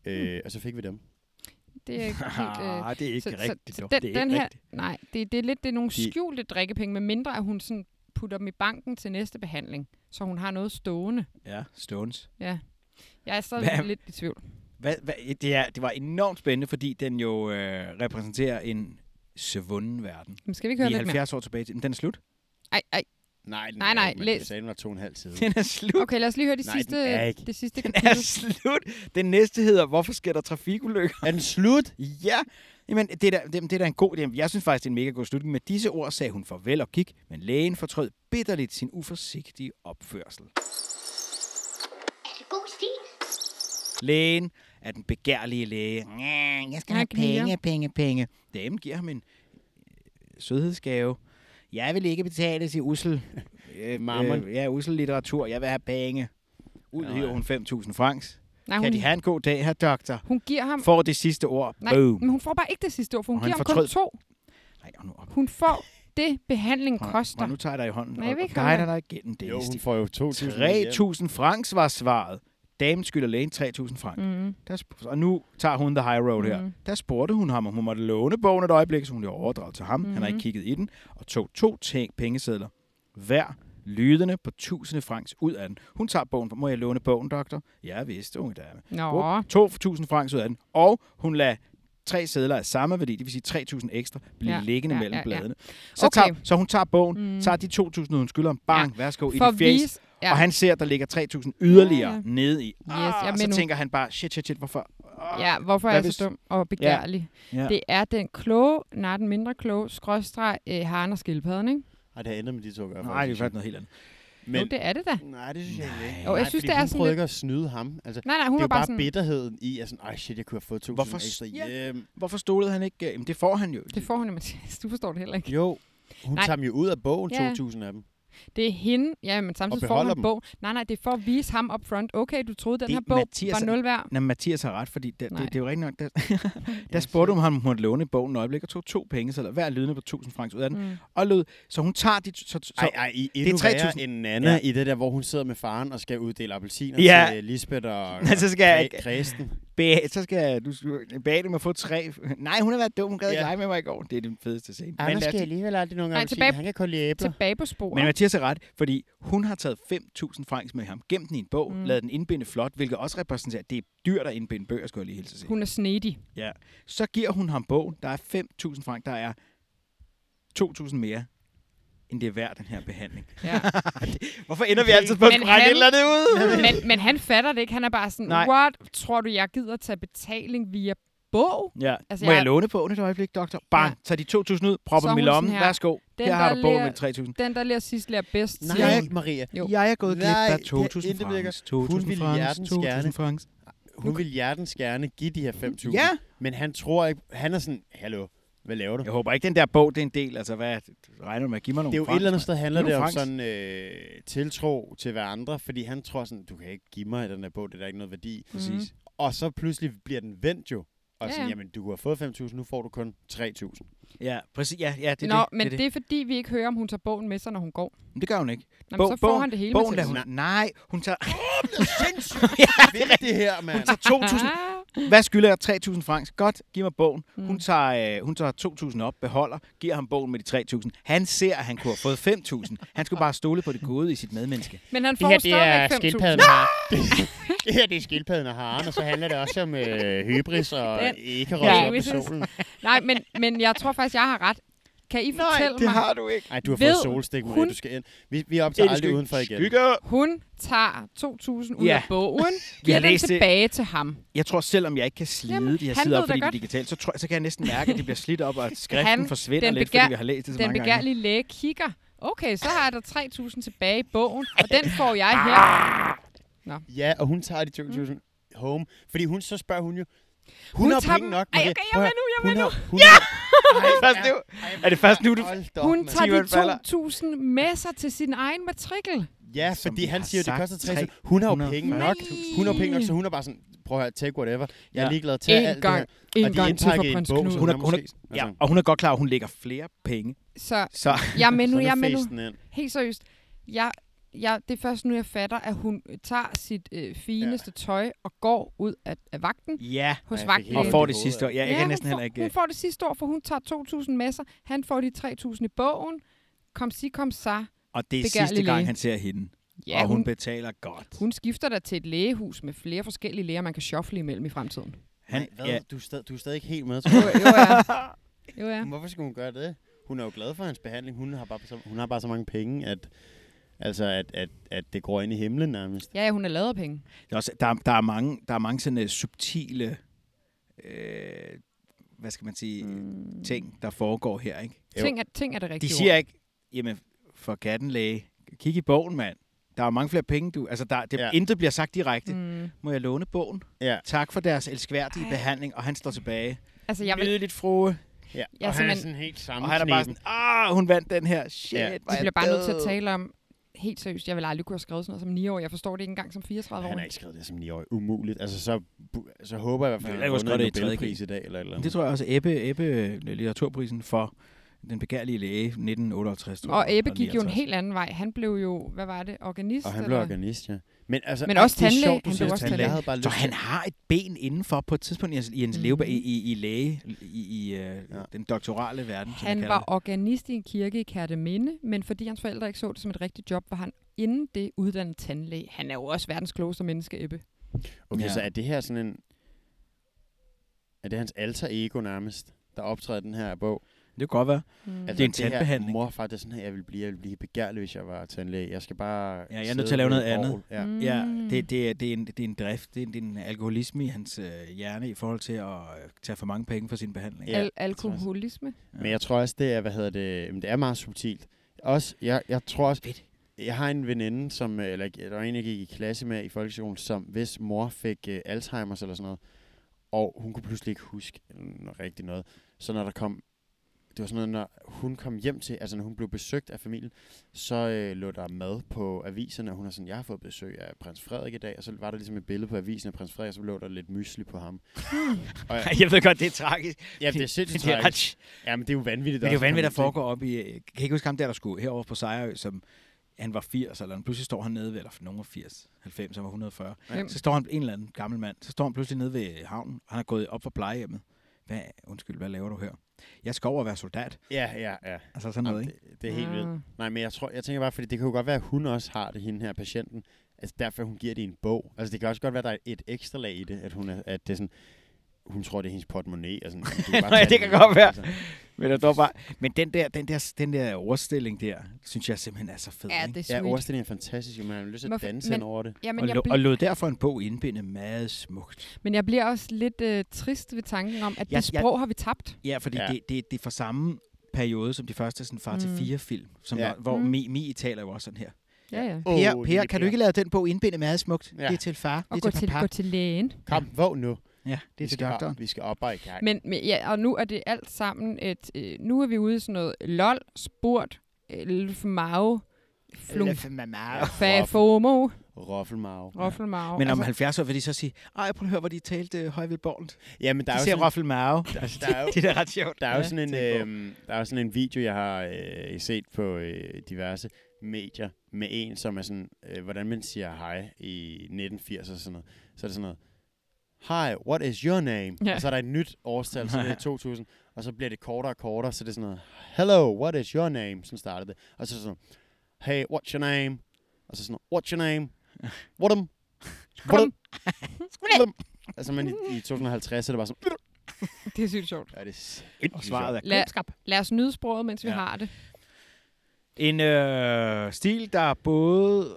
Speaker 2: Øh,
Speaker 4: Hmm.
Speaker 2: Og så fik vi dem.
Speaker 4: Det er ikke helt... Øh,
Speaker 3: Ah, det er ikke
Speaker 4: så- så-
Speaker 3: rigtigt.
Speaker 4: så
Speaker 3: dog.
Speaker 4: den-
Speaker 3: det er
Speaker 4: den
Speaker 3: ikke
Speaker 4: her-
Speaker 3: rigtigt.
Speaker 4: Nej, det, det er lidt det er nogle
Speaker 2: De-
Speaker 4: skjulte drikkepenge, med mindre at hun sådan putter dem i banken til næste behandling, så hun har noget stående.
Speaker 3: Ja, Stones.
Speaker 4: Ja. Jeg er så
Speaker 3: Hvad-
Speaker 4: lidt i tvivl.
Speaker 3: Hvad, hvad, det, er, det var enormt spændende, fordi den jo øh, repræsenterer en svunden verden.
Speaker 4: Men skal vi ikke høre
Speaker 3: Vi er
Speaker 4: lidt mere?
Speaker 3: 70 år tilbage til. Men den er slut.
Speaker 4: Ej, ej.
Speaker 2: Nej, den
Speaker 4: Nej,
Speaker 2: er
Speaker 4: nej,
Speaker 2: ikke, men
Speaker 4: læs.
Speaker 2: Du sagde, den var to og en halv side.
Speaker 3: Den er slut.
Speaker 4: Okay, lad os lige høre det
Speaker 2: Nej, den
Speaker 4: sidste,
Speaker 2: er ikke.
Speaker 4: det sidste
Speaker 3: Den er
Speaker 4: kapitel.
Speaker 3: slut. Den næste hedder, hvorfor sker der trafikulykker?
Speaker 2: er den slut?
Speaker 3: Ja, Jamen, det er, da, det, det er da en god idé. Jeg synes faktisk, det er en mega god slutning. Med disse ord sagde hun farvel og gik, men lægen fortrød bitterligt sin uforsigtige opførsel.
Speaker 1: Er det god stil?
Speaker 3: Lægen er den begærlige læge. "Nja, Jeg skal
Speaker 4: Jeg
Speaker 3: have
Speaker 4: gnier."
Speaker 3: penge, penge, penge. Damen giver ham en øh, sødhedsgave. Jeg vil ikke betale til usel. Øh,
Speaker 2: Mammon.
Speaker 3: Øh, ja, usel litteratur. Jeg vil have penge. Ud
Speaker 2: Ja,
Speaker 3: hiver
Speaker 2: ja.
Speaker 3: hun 5.000 francs.
Speaker 4: Nej,
Speaker 3: Kan
Speaker 4: hun,
Speaker 3: de have en god dag, her doktor?
Speaker 4: hun giver ham...
Speaker 3: Får det sidste ord.
Speaker 4: Nej,
Speaker 3: Boom.
Speaker 4: men hun får bare ikke det sidste ord, for hun
Speaker 3: Og
Speaker 4: giver
Speaker 3: han
Speaker 4: ham kun
Speaker 3: fortrød.
Speaker 4: to.
Speaker 3: Nej, hold nu op.
Speaker 4: Hun får det, behandling
Speaker 3: Prøv-
Speaker 4: koster.
Speaker 3: prøv, Nu tager jeg dig i hånden
Speaker 4: Nej,
Speaker 3: Nej,
Speaker 4: jeg
Speaker 3: og,
Speaker 4: vil
Speaker 3: og
Speaker 4: ikke holde
Speaker 3: guider dig igennem det.
Speaker 2: Jo, hun får jo 2.000 med hjem.
Speaker 3: 3.000 francs var svaret. Damen skylder lægen 3.000 francs.
Speaker 4: Mm.
Speaker 3: Der sp- og nu tager hun the high road her.
Speaker 4: Mhm.
Speaker 3: Der spurgte hun ham, om hun måtte låne bogen et øjeblik, så hun blev overdraget til ham. Han har
Speaker 4: Mm-hmm.
Speaker 3: ikke kigget i den, og tog to ting, pengesedler. Hver lydende på tusinde francs ud af den. Hun tager bogen. Må jeg låne bogen, doktor? Ja, visst. Hun der er.
Speaker 4: Nå,
Speaker 3: Brug 2.000 francs ud af den. Og hun lader tre sædler af samme værdi, det vil sige 3.000 ekstra, blive
Speaker 4: Ja,
Speaker 3: ja, liggende
Speaker 4: ja,
Speaker 3: ja, mellem
Speaker 4: ja, ja.
Speaker 3: ja, bladene. Så,
Speaker 4: Okay.
Speaker 3: okay. tager, så hun tager bogen, mm. tager de 2.000, hun skylder ham, bang, ja. værsgo, i
Speaker 4: for
Speaker 3: dit fjæs.
Speaker 4: vis...
Speaker 3: Ja. Og han ser, at der ligger 3.000 yderligere
Speaker 4: Ja,
Speaker 3: ja,
Speaker 4: ja.
Speaker 3: ja. nede i.
Speaker 4: jeg er
Speaker 3: Ah,
Speaker 4: med
Speaker 3: så
Speaker 4: nu.
Speaker 3: tænker han bare, shit, shit, shit, hvorfor? Ah.
Speaker 4: Ja, hvorfor er
Speaker 3: Hvad
Speaker 4: jeg så
Speaker 3: hvis-
Speaker 4: dum og begærlig?
Speaker 3: Ja.
Speaker 4: Det er den kloge, nej, den mindre kloge, skråstreg, øh, haren og skildpadden, ikke?
Speaker 2: Ej, det har ændret med de to at gøre.
Speaker 3: Nej, det er
Speaker 2: faktisk,
Speaker 3: faktisk noget helt andet.
Speaker 2: synes jeg.
Speaker 4: Men... Jo, det er det da.
Speaker 2: Men, nej, det synes jeg egentlig ikke.
Speaker 4: Jo, jeg
Speaker 2: Nej,
Speaker 4: synes,
Speaker 2: fordi
Speaker 4: det er
Speaker 2: hun
Speaker 4: sådan
Speaker 2: prøvede
Speaker 4: lidt-
Speaker 2: ikke at snyde ham. Altså,
Speaker 4: Nej, nej, hun
Speaker 2: det er
Speaker 4: var
Speaker 2: jo
Speaker 4: bare
Speaker 2: bare
Speaker 4: sådan,
Speaker 2: bitterheden i, at sådan, ej shit, jeg kunne have fået 2.000
Speaker 3: Hvorfor
Speaker 2: ekstra
Speaker 3: s- ja.
Speaker 2: hjem.
Speaker 3: Hvorfor stolede han ikke? Jamen, det får han jo.
Speaker 4: det får hun, Mathias. Du forstår det heller ikke.
Speaker 2: Jo, hun
Speaker 4: Nej.
Speaker 2: nej. tager dem jo ud af bogen,
Speaker 4: Ja.
Speaker 2: ja. 2.000 af dem.
Speaker 4: Det er hende, ja, men samtidig får
Speaker 2: beholder
Speaker 4: hun
Speaker 2: dem.
Speaker 4: bog. Nej, nej, det er for at vise ham up front. Okay, du troede, den
Speaker 3: Det-
Speaker 4: her bog
Speaker 3: Mathias
Speaker 4: var
Speaker 3: er-
Speaker 4: nul værd.
Speaker 3: Nå, men Mathias har ret, fordi det,
Speaker 4: Nej.
Speaker 3: det, det er jo rigtigt nok. Der, der spurgte hun ham, om hun måtte låne bogen et øjeblik, og tog to penge, så hver lydende på 1000 francs ud af den.
Speaker 4: Mm.
Speaker 3: Mm. Og lød, så hun tager de... t- Så, så,
Speaker 2: Ej, ej, I
Speaker 3: er
Speaker 2: endnu det er
Speaker 3: 3.000.
Speaker 2: værre end Nana
Speaker 3: Ja.
Speaker 2: ja. i det der, hvor hun sidder med faren og skal uddele appelsiner
Speaker 3: Ja.
Speaker 2: til Lisbeth og,
Speaker 3: Nej, så skal jeg
Speaker 2: og
Speaker 3: ikke.
Speaker 2: Kristen.
Speaker 3: Bæ, så skal du bage det med at få tre. Nej, hun har været dum. Hun gad ikke
Speaker 2: Ja.
Speaker 3: lege med mig i går. Det er den fedeste scene.
Speaker 2: Anders
Speaker 3: lad os
Speaker 2: skal alligevel aldrig nogen
Speaker 4: Nej,
Speaker 2: appelsiner.
Speaker 4: tilbage-
Speaker 2: Han kan kun lide æbler.
Speaker 4: Tilbage på sporet.
Speaker 3: Men Mathias har ret, fordi hun har taget 5.000 francs med ham, gemt den i en bog,
Speaker 4: Mm.
Speaker 3: mm. lavet den indbinde flot, hvilket også repræsenterer, at det er dyrt at indbinde bøger, skulle jeg lige hilse at sige.
Speaker 4: Hun er snedig.
Speaker 3: Ja. Så giver hun ham bogen, der er 5.000 francs, der er 2.000 mere, end det er værd, den her behandling.
Speaker 4: Ja.
Speaker 3: Hvorfor ender vi altid på at
Speaker 4: Men
Speaker 3: brænde
Speaker 4: han-
Speaker 3: et eller andet ud?
Speaker 4: men, men han fatter det ikke. Han er bare sådan, Nej.
Speaker 3: Nej.
Speaker 4: what? Tror du, jeg gider tage betaling via bog?
Speaker 3: Ja.
Speaker 4: Altså,
Speaker 3: Altså, Må jeg,
Speaker 4: jeg-
Speaker 3: jeg låne bogen et øjeblik, doktor? Bang,
Speaker 4: Ja.
Speaker 3: ja. tag de 2.000 ud,
Speaker 4: Så
Speaker 3: propper
Speaker 4: er
Speaker 3: dem i
Speaker 4: hun sådan
Speaker 3: lommen.
Speaker 4: her,
Speaker 3: Værsgo,
Speaker 4: "Den,
Speaker 3: her har
Speaker 4: der
Speaker 3: du bogen
Speaker 4: lærer-
Speaker 3: med 3.000.
Speaker 4: Den, der lærer sidst, lærer bedst. siger
Speaker 2: Nej,
Speaker 4: hun.
Speaker 2: ikke Maria.
Speaker 4: Jo.
Speaker 3: Jeg er gået glip
Speaker 2: Nej,
Speaker 3: af
Speaker 2: det
Speaker 3: 2.000
Speaker 2: er intet virker.
Speaker 3: francs, 2.000
Speaker 2: Hun ville
Speaker 3: francs,
Speaker 2: hjertens
Speaker 3: 2.000
Speaker 2: gerne.
Speaker 3: francs.
Speaker 2: Hun vil hjertens gerne give de her 5.000.
Speaker 3: Ja.
Speaker 2: Men han tror ikke... Han er sådan, hallo, hvad laver du?
Speaker 3: Jeg håber ikke, den der bog, det er en del. Altså, hvad regner du med? Giv mig nogle
Speaker 2: Det er jo et
Speaker 3: francs,
Speaker 2: eller andet
Speaker 3: mand.
Speaker 2: sted, handler
Speaker 3: Det
Speaker 2: det
Speaker 3: er jo
Speaker 2: om
Speaker 3: Franks.
Speaker 2: sådan øh, tiltro til hverandre, fordi han tror sådan, du kan ikke give mig den her bog, det er der ikke noget værdi. Mm-hmm.
Speaker 3: Præcis. Mm.
Speaker 2: Og så pludselig bliver den vendt jo, og
Speaker 4: Ja,
Speaker 2: ja, sådan,
Speaker 4: ja.
Speaker 2: jamen du kunne have fået 5.000, nu får du kun 3.000.
Speaker 3: Ja, præcis. Ja, ja, det, er
Speaker 4: Nå,
Speaker 3: det,
Speaker 4: men
Speaker 3: det, er
Speaker 4: det er fordi, vi ikke hører, om hun tager bogen med sig, når hun går.
Speaker 3: det. Men det gør hun ikke.
Speaker 4: Jamen,
Speaker 3: Bog-
Speaker 4: så får
Speaker 3: bogen-
Speaker 4: han det hele
Speaker 3: Bogen
Speaker 4: med
Speaker 3: lader
Speaker 4: sig.
Speaker 3: hun... Nej, hun tager...
Speaker 2: Fedt det her, mand!
Speaker 3: Hun tager
Speaker 4: Ah,
Speaker 3: 2.000. Hvad skylder jeg? 3.000 francs. Godt, giv mig bogen.
Speaker 4: Mm.
Speaker 3: Hun tager, øh, hun tager 2.000 op, beholder, giver ham bogen med de 3.000. Han ser, at han kunne have fået 5.000. Han skulle bare stole på det gode i sit medmenneske.
Speaker 4: men han får stadigvæk 5.000.
Speaker 2: og haren. det her det er skildpadden og haren, og så handler det også om øh, hybris og
Speaker 4: Den-
Speaker 2: ækerot
Speaker 4: Ja, oppe i præcis. solen. Nej, men, men jeg tror faktisk, jeg har ret. Kan I fortælle mig?
Speaker 3: du ikke.
Speaker 2: Ej, du har
Speaker 4: Ved
Speaker 2: fået solstik, Maria,
Speaker 4: hun-
Speaker 2: du skal ind. Vi, vi optager aldrig udenfor igen.
Speaker 3: Skygge.
Speaker 4: Hun tager 2.000 ud
Speaker 3: Ja.
Speaker 4: af bogen,
Speaker 3: Vi
Speaker 4: giver
Speaker 3: har
Speaker 4: den
Speaker 3: læst det.
Speaker 4: tilbage til ham.
Speaker 3: Jeg tror, selvom jeg ikke kan slide
Speaker 4: Jamen,
Speaker 3: Jamen, de her
Speaker 4: han
Speaker 3: sider
Speaker 4: ved
Speaker 3: op,
Speaker 4: da
Speaker 3: fordi det er
Speaker 4: godt.
Speaker 3: digitalt, så, tror, jeg- så kan jeg næsten mærke, at det bliver slidt op, og at skriften
Speaker 4: Han-
Speaker 3: han, forsvinder
Speaker 4: den
Speaker 3: lidt,
Speaker 4: begær-
Speaker 3: fordi vi har læst det så
Speaker 4: Den
Speaker 3: mange gange.
Speaker 4: begærlige læge kigger. Okay, så har jeg da 3.000 tilbage i bogen, og den får jeg
Speaker 3: Ah.
Speaker 4: her.
Speaker 2: Ja, og hun tager de 2.000 mm. home. Fordi hun, så spørger hun jo, hun,
Speaker 4: Hun
Speaker 2: har
Speaker 4: tager
Speaker 2: penge
Speaker 4: dem-
Speaker 2: nok,
Speaker 4: Ej,
Speaker 2: Maria.
Speaker 4: okay, jeg
Speaker 2: Prøv
Speaker 4: vil
Speaker 2: at
Speaker 4: nu,
Speaker 2: høre,
Speaker 4: jeg vil nu.
Speaker 2: Hun har, hun ja!
Speaker 3: Først nu. Er det først nu, du...
Speaker 4: Hun tager
Speaker 3: mand. Simon falder.
Speaker 4: de 2.000 med sig til sin egen matrikel.
Speaker 2: Ja,
Speaker 3: Som
Speaker 2: fordi
Speaker 3: vi
Speaker 2: han
Speaker 3: har
Speaker 2: siger, at det
Speaker 3: sagt,
Speaker 2: koster 3
Speaker 3: tre-
Speaker 2: Hun har jo
Speaker 3: 140.000.
Speaker 2: penge nok. Hun har jo penge nok, så hun er bare sådan, prøv at høre, take whatever. Jeg er
Speaker 3: Ja.
Speaker 2: ligeglad, tag alt
Speaker 4: En gang,
Speaker 2: det her.
Speaker 4: en gang til for prins Knud.
Speaker 3: Hun
Speaker 2: Hun
Speaker 3: er-
Speaker 2: er,
Speaker 3: hun er-
Speaker 2: måske,
Speaker 3: Ja, og hun er godt klar, at hun lægger flere penge.
Speaker 4: Så
Speaker 3: Så
Speaker 4: jeg er med nu,
Speaker 2: så
Speaker 4: jeg er
Speaker 2: er
Speaker 4: med
Speaker 2: det
Speaker 4: nu.
Speaker 2: festen ind.
Speaker 4: Helt seriøst. Jeg, jeg, det er først nu, jeg fatter, at hun tager sit øh, fineste ja. tøj og går ud af, af vagten
Speaker 3: ja,
Speaker 2: Ej, jeg
Speaker 4: hos
Speaker 2: fik
Speaker 4: vagten.
Speaker 2: helt
Speaker 3: og
Speaker 2: Lægen.
Speaker 3: får det sidste år. Ja, jeg kan
Speaker 4: hun
Speaker 3: næsten
Speaker 4: får,
Speaker 3: heller ikke...
Speaker 4: Hun får det sidste år, for hun tager 2.000 med sig. Han får de 3.000 i bogen. Kom si, kom sa.
Speaker 3: øh, Og det er
Speaker 4: Begærlig
Speaker 3: sidste
Speaker 4: læge.
Speaker 3: gang, han ser hende.
Speaker 4: Ja,
Speaker 3: og hun,
Speaker 4: hun-
Speaker 3: betaler godt.
Speaker 4: Hun skifter da til et lægehus med flere forskellige læger, man kan shuffle imellem i fremtiden.
Speaker 3: han,
Speaker 2: Nej, hvad?
Speaker 3: ja,
Speaker 2: Du, er stadig, du er stadig ikke helt med,
Speaker 4: Jo,
Speaker 2: tror jeg.
Speaker 4: jo, ja. Jo, ja.
Speaker 2: Hvorfor skulle hun gøre det? Hun er jo glad for hans behandling. Hun har bare så, hun har bare så mange penge, at, altså at, at, at det går ind i himlen nærmest.
Speaker 4: Ja, ja, hun er lavet af penge.
Speaker 3: der, er også, der, er- der, er mange, der er mange sådan øh, subtile, øh, hvad skal man sige, mm. ting, der foregår her, ikke?
Speaker 2: Jo.
Speaker 4: Hmm. Ting er, ting er det
Speaker 3: De
Speaker 4: rigtige
Speaker 3: siger
Speaker 4: ord.
Speaker 3: ikke, jamen, for katten læge, kig i bogen, mand. Der er mange flere penge, du... Altså, der, det,
Speaker 2: Ja.
Speaker 3: ja. intet bliver sagt direkte. Mm.
Speaker 4: Mm.
Speaker 3: Må jeg låne bogen?
Speaker 2: Ja.
Speaker 3: Tak for deres elskværdige
Speaker 4: Ej.
Speaker 3: behandling, og han står tilbage.
Speaker 4: Altså, jeg vil,
Speaker 3: Nydeligt, frue.
Speaker 2: Ja,
Speaker 4: Ja,
Speaker 2: og
Speaker 4: så
Speaker 2: han er
Speaker 4: man-
Speaker 2: sådan helt
Speaker 3: Og
Speaker 2: sammen.
Speaker 3: han er bare sådan, ah, hun vandt den her. Shit,
Speaker 2: Ja.
Speaker 3: ja.
Speaker 4: jeg bliver bare nødt til at tale om, helt seriøst, jeg vil aldrig kunne have skrevet sådan noget som 9 år. Jeg forstår det ikke engang som 34 år.
Speaker 2: Han har ikke skrevet det som 9 år. Umuligt. Altså, så, bu- så håber jeg i hvert fald,
Speaker 3: Det
Speaker 2: at
Speaker 3: er
Speaker 2: han
Speaker 3: også
Speaker 2: har
Speaker 3: godt,
Speaker 2: vundet
Speaker 3: det
Speaker 2: en
Speaker 3: er i
Speaker 2: Nobelpris i dag. Eller, et eller andet.
Speaker 3: Det tror jeg også, Ebbe, Ebbe litteraturprisen for den begærlige læge 1958. tror
Speaker 4: Og
Speaker 3: jeg,
Speaker 4: Ebbe gik jo en
Speaker 3: 59.
Speaker 4: helt anden vej. Han blev jo, hvad var det, organist?
Speaker 2: og han blev
Speaker 4: eller?
Speaker 2: organist, ja. Men, altså,
Speaker 4: Men
Speaker 2: ej,
Speaker 4: også
Speaker 2: det er
Speaker 4: tandlæge.
Speaker 2: Sjovt, du
Speaker 4: Han
Speaker 2: siger
Speaker 4: blev også
Speaker 2: tandlæge.
Speaker 4: tandlæge.
Speaker 2: Jeg havde bare lyst
Speaker 3: Så
Speaker 2: til-
Speaker 3: han har et ben indenfor på et tidspunkt i hans, i hans
Speaker 4: Mhm.
Speaker 3: mm. levebar, i, i, i læge, i, i øh,
Speaker 2: Ja.
Speaker 3: den doktorale verden, som
Speaker 4: Han
Speaker 3: jeg
Speaker 4: var organist i en kirke i Kærteminde, men fordi hans forældre ikke så det som et rigtigt job, var han inden det uddannet tandlæge. Han er jo også verdens klogeste menneske, Ebbe.
Speaker 2: Okay,
Speaker 3: Ja.
Speaker 2: ja. så er det her sådan en... Er det hans alter ego nærmest, der optræder i den her bog?
Speaker 3: Det kunne godt være.
Speaker 4: Mm.
Speaker 3: Altså, Det er en tandbehandling.
Speaker 2: Mor far, det er sådan her, jeg ville blive, jeg ville blive begærlig, hvis jeg var tandlæge. Jeg skal bare...
Speaker 3: jeg er nødt
Speaker 2: sidde
Speaker 3: til at lave
Speaker 2: ved
Speaker 3: noget
Speaker 2: et
Speaker 3: andet.
Speaker 2: orgel.
Speaker 4: Hmm.
Speaker 2: Ja. Mm.
Speaker 3: Ja, det, det, er, det, er en, det er en drift, det er en, det er en alkoholisme i hans øh, hjerne i forhold til at øh, tage for mange penge for sin behandling.
Speaker 2: Ja.
Speaker 4: Al- alkoholisme.
Speaker 2: Men jeg tror også, det er, hvad hedder det, men det er meget subtilt. Også, jeg, jeg tror også,
Speaker 3: Fedt.
Speaker 2: jeg har en veninde, som, øh, eller der var en, jeg gik i klasse med i folkeskolen, som hvis mor fik øh, Alzheimer's eller sådan noget, og hun kunne pludselig ikke huske øh, rigtig noget. Så når der kom, det var sådan noget, når hun kom hjem til, altså når hun blev besøgt af familien, så øh, lå der mad på aviserne, og hun er sådan, jeg har fået besøg af prins Frederik i dag, og så var der ligesom et billede på avisen af prins Frederik, og så lå der lidt mysli på ham. og,
Speaker 3: Jeg ved godt, det er tragisk.
Speaker 2: ja, det er sindssygt
Speaker 3: det er
Speaker 2: tragisk.
Speaker 3: ret,
Speaker 2: Ja, men det er jo vanvittigt.
Speaker 3: Men det er jo
Speaker 2: også at
Speaker 3: vanvittigt, der
Speaker 2: komme ud til-
Speaker 3: foregår op i... Jeg kan ikke huske ham der, der skulle herover på Sejrø, som han var 80, eller pludselig står han nede ved, eller nogen var 80, 90, han var 140.
Speaker 4: Hvem?
Speaker 3: Så står han, en eller anden gammel mand, så står han pludselig nede ved havnen, og han er gået op for plejehjemmet. Hvad, undskyld, hvad laver du her? Jeg skal over og være soldat.
Speaker 2: Ja, ja, ja.
Speaker 3: Altså sådan noget, Mm.
Speaker 2: Jamen,
Speaker 3: ikke?
Speaker 2: Det, det er helt vildt.
Speaker 4: Ah.
Speaker 2: Nej, men jeg, tror, jeg tænker bare, fordi det kan jo godt være, at hun også har det, hende her patienten. Altså derfor hun giver det i en bog. Altså det kan også godt være, at der er et ekstra lag i det, at, hun er, at det er sådan, hun tror, det er hendes portemonnaie. Altså, du kan bare
Speaker 3: Nej,
Speaker 2: tage
Speaker 3: det
Speaker 2: den
Speaker 3: kan
Speaker 2: ud.
Speaker 3: godt være.
Speaker 2: Altså,
Speaker 3: Men, der, dog bare, men den, der, den, der, den der overstilling der, synes jeg simpelthen er så fed.
Speaker 4: Ja,
Speaker 3: ikke?
Speaker 4: det er
Speaker 2: ja,
Speaker 4: sweet. Ja,
Speaker 2: ordstillingen er fantastisk, men man har lyst til at
Speaker 4: Hvorfor-
Speaker 2: danse
Speaker 4: men-
Speaker 2: hen over det.
Speaker 4: Jamen,
Speaker 3: og,
Speaker 4: jeg,
Speaker 3: lo-
Speaker 4: bl-
Speaker 3: og lod derfor en bog indbinde meget smukt.
Speaker 4: men jeg bliver også lidt øh, trist ved tanken om, at
Speaker 3: Jeg-
Speaker 4: det sprog har vi tabt.
Speaker 3: Ja, fordi
Speaker 2: Ja.
Speaker 3: ja. Det, det, det er fra samme periode som de første sådan far til
Speaker 4: Mm.
Speaker 3: fire film, som
Speaker 2: Ja.
Speaker 3: ja. var, hvor
Speaker 4: Mm.
Speaker 3: mm. Mi, Mi taler jo også sådan her.
Speaker 4: Ja, ja.
Speaker 2: Åh,
Speaker 3: Per,
Speaker 2: lille
Speaker 3: per, kan du ikke lade den bog indbinde meget smukt?
Speaker 2: Ja.
Speaker 3: Ja. Det er til far,
Speaker 4: Og
Speaker 3: det
Speaker 4: gå
Speaker 3: er til
Speaker 4: til,
Speaker 3: papa.
Speaker 4: gå til lægen.
Speaker 2: Kom, vågn nu.
Speaker 3: Ja, det
Speaker 2: Vi
Speaker 3: er til
Speaker 2: skal, op,
Speaker 3: doktoren.
Speaker 2: vi skal op og i gang.
Speaker 4: Men, men ja, og nu er det alt sammen et... Øh, nu er vi ude i sådan noget lol, spurt, elf, mave, flunk,
Speaker 3: Flunk.
Speaker 4: fa, fomo,
Speaker 2: Roffelmarve.
Speaker 4: roffelmave.
Speaker 3: Men om
Speaker 4: altså,
Speaker 3: 70 år vil de så sige, ej, prøv at høre, hvor de talte øh, højvildborgent.
Speaker 2: Ja, men der
Speaker 3: De
Speaker 2: er jo
Speaker 3: siger
Speaker 2: sådan,
Speaker 3: Roffel Mao.
Speaker 2: der er jo,
Speaker 3: Det er da ret sjovt.
Speaker 2: Der er jo
Speaker 3: Ja,
Speaker 2: sådan en,
Speaker 3: tænk på.
Speaker 2: øh, der er jo sådan en video, jeg har øh, set på øh, diverse medier med en, som er sådan, øh, hvordan man siger hej i 1980 og sådan noget. Så er det sådan noget, Hi, what is your name?
Speaker 4: Ja.
Speaker 2: Ja. Og så er der et nyt årstal, så er det 2000, og så bliver det kortere og kortere, så er det sådan noget, Hello, what is your name? Sådan startede det. Og så er det sådan, Hey, what's your name? Og så sådan, what's your name? What am? What am? What am? Altså, men i, i 2050 er det bare sådan,
Speaker 4: det er sygt sjovt.
Speaker 2: ja, det er sindssygt
Speaker 3: Og svaret er
Speaker 4: Lad,
Speaker 3: klubskab.
Speaker 4: lad os nyde sproget, mens vi
Speaker 2: Ja.
Speaker 4: har det.
Speaker 3: En øh, stil, der både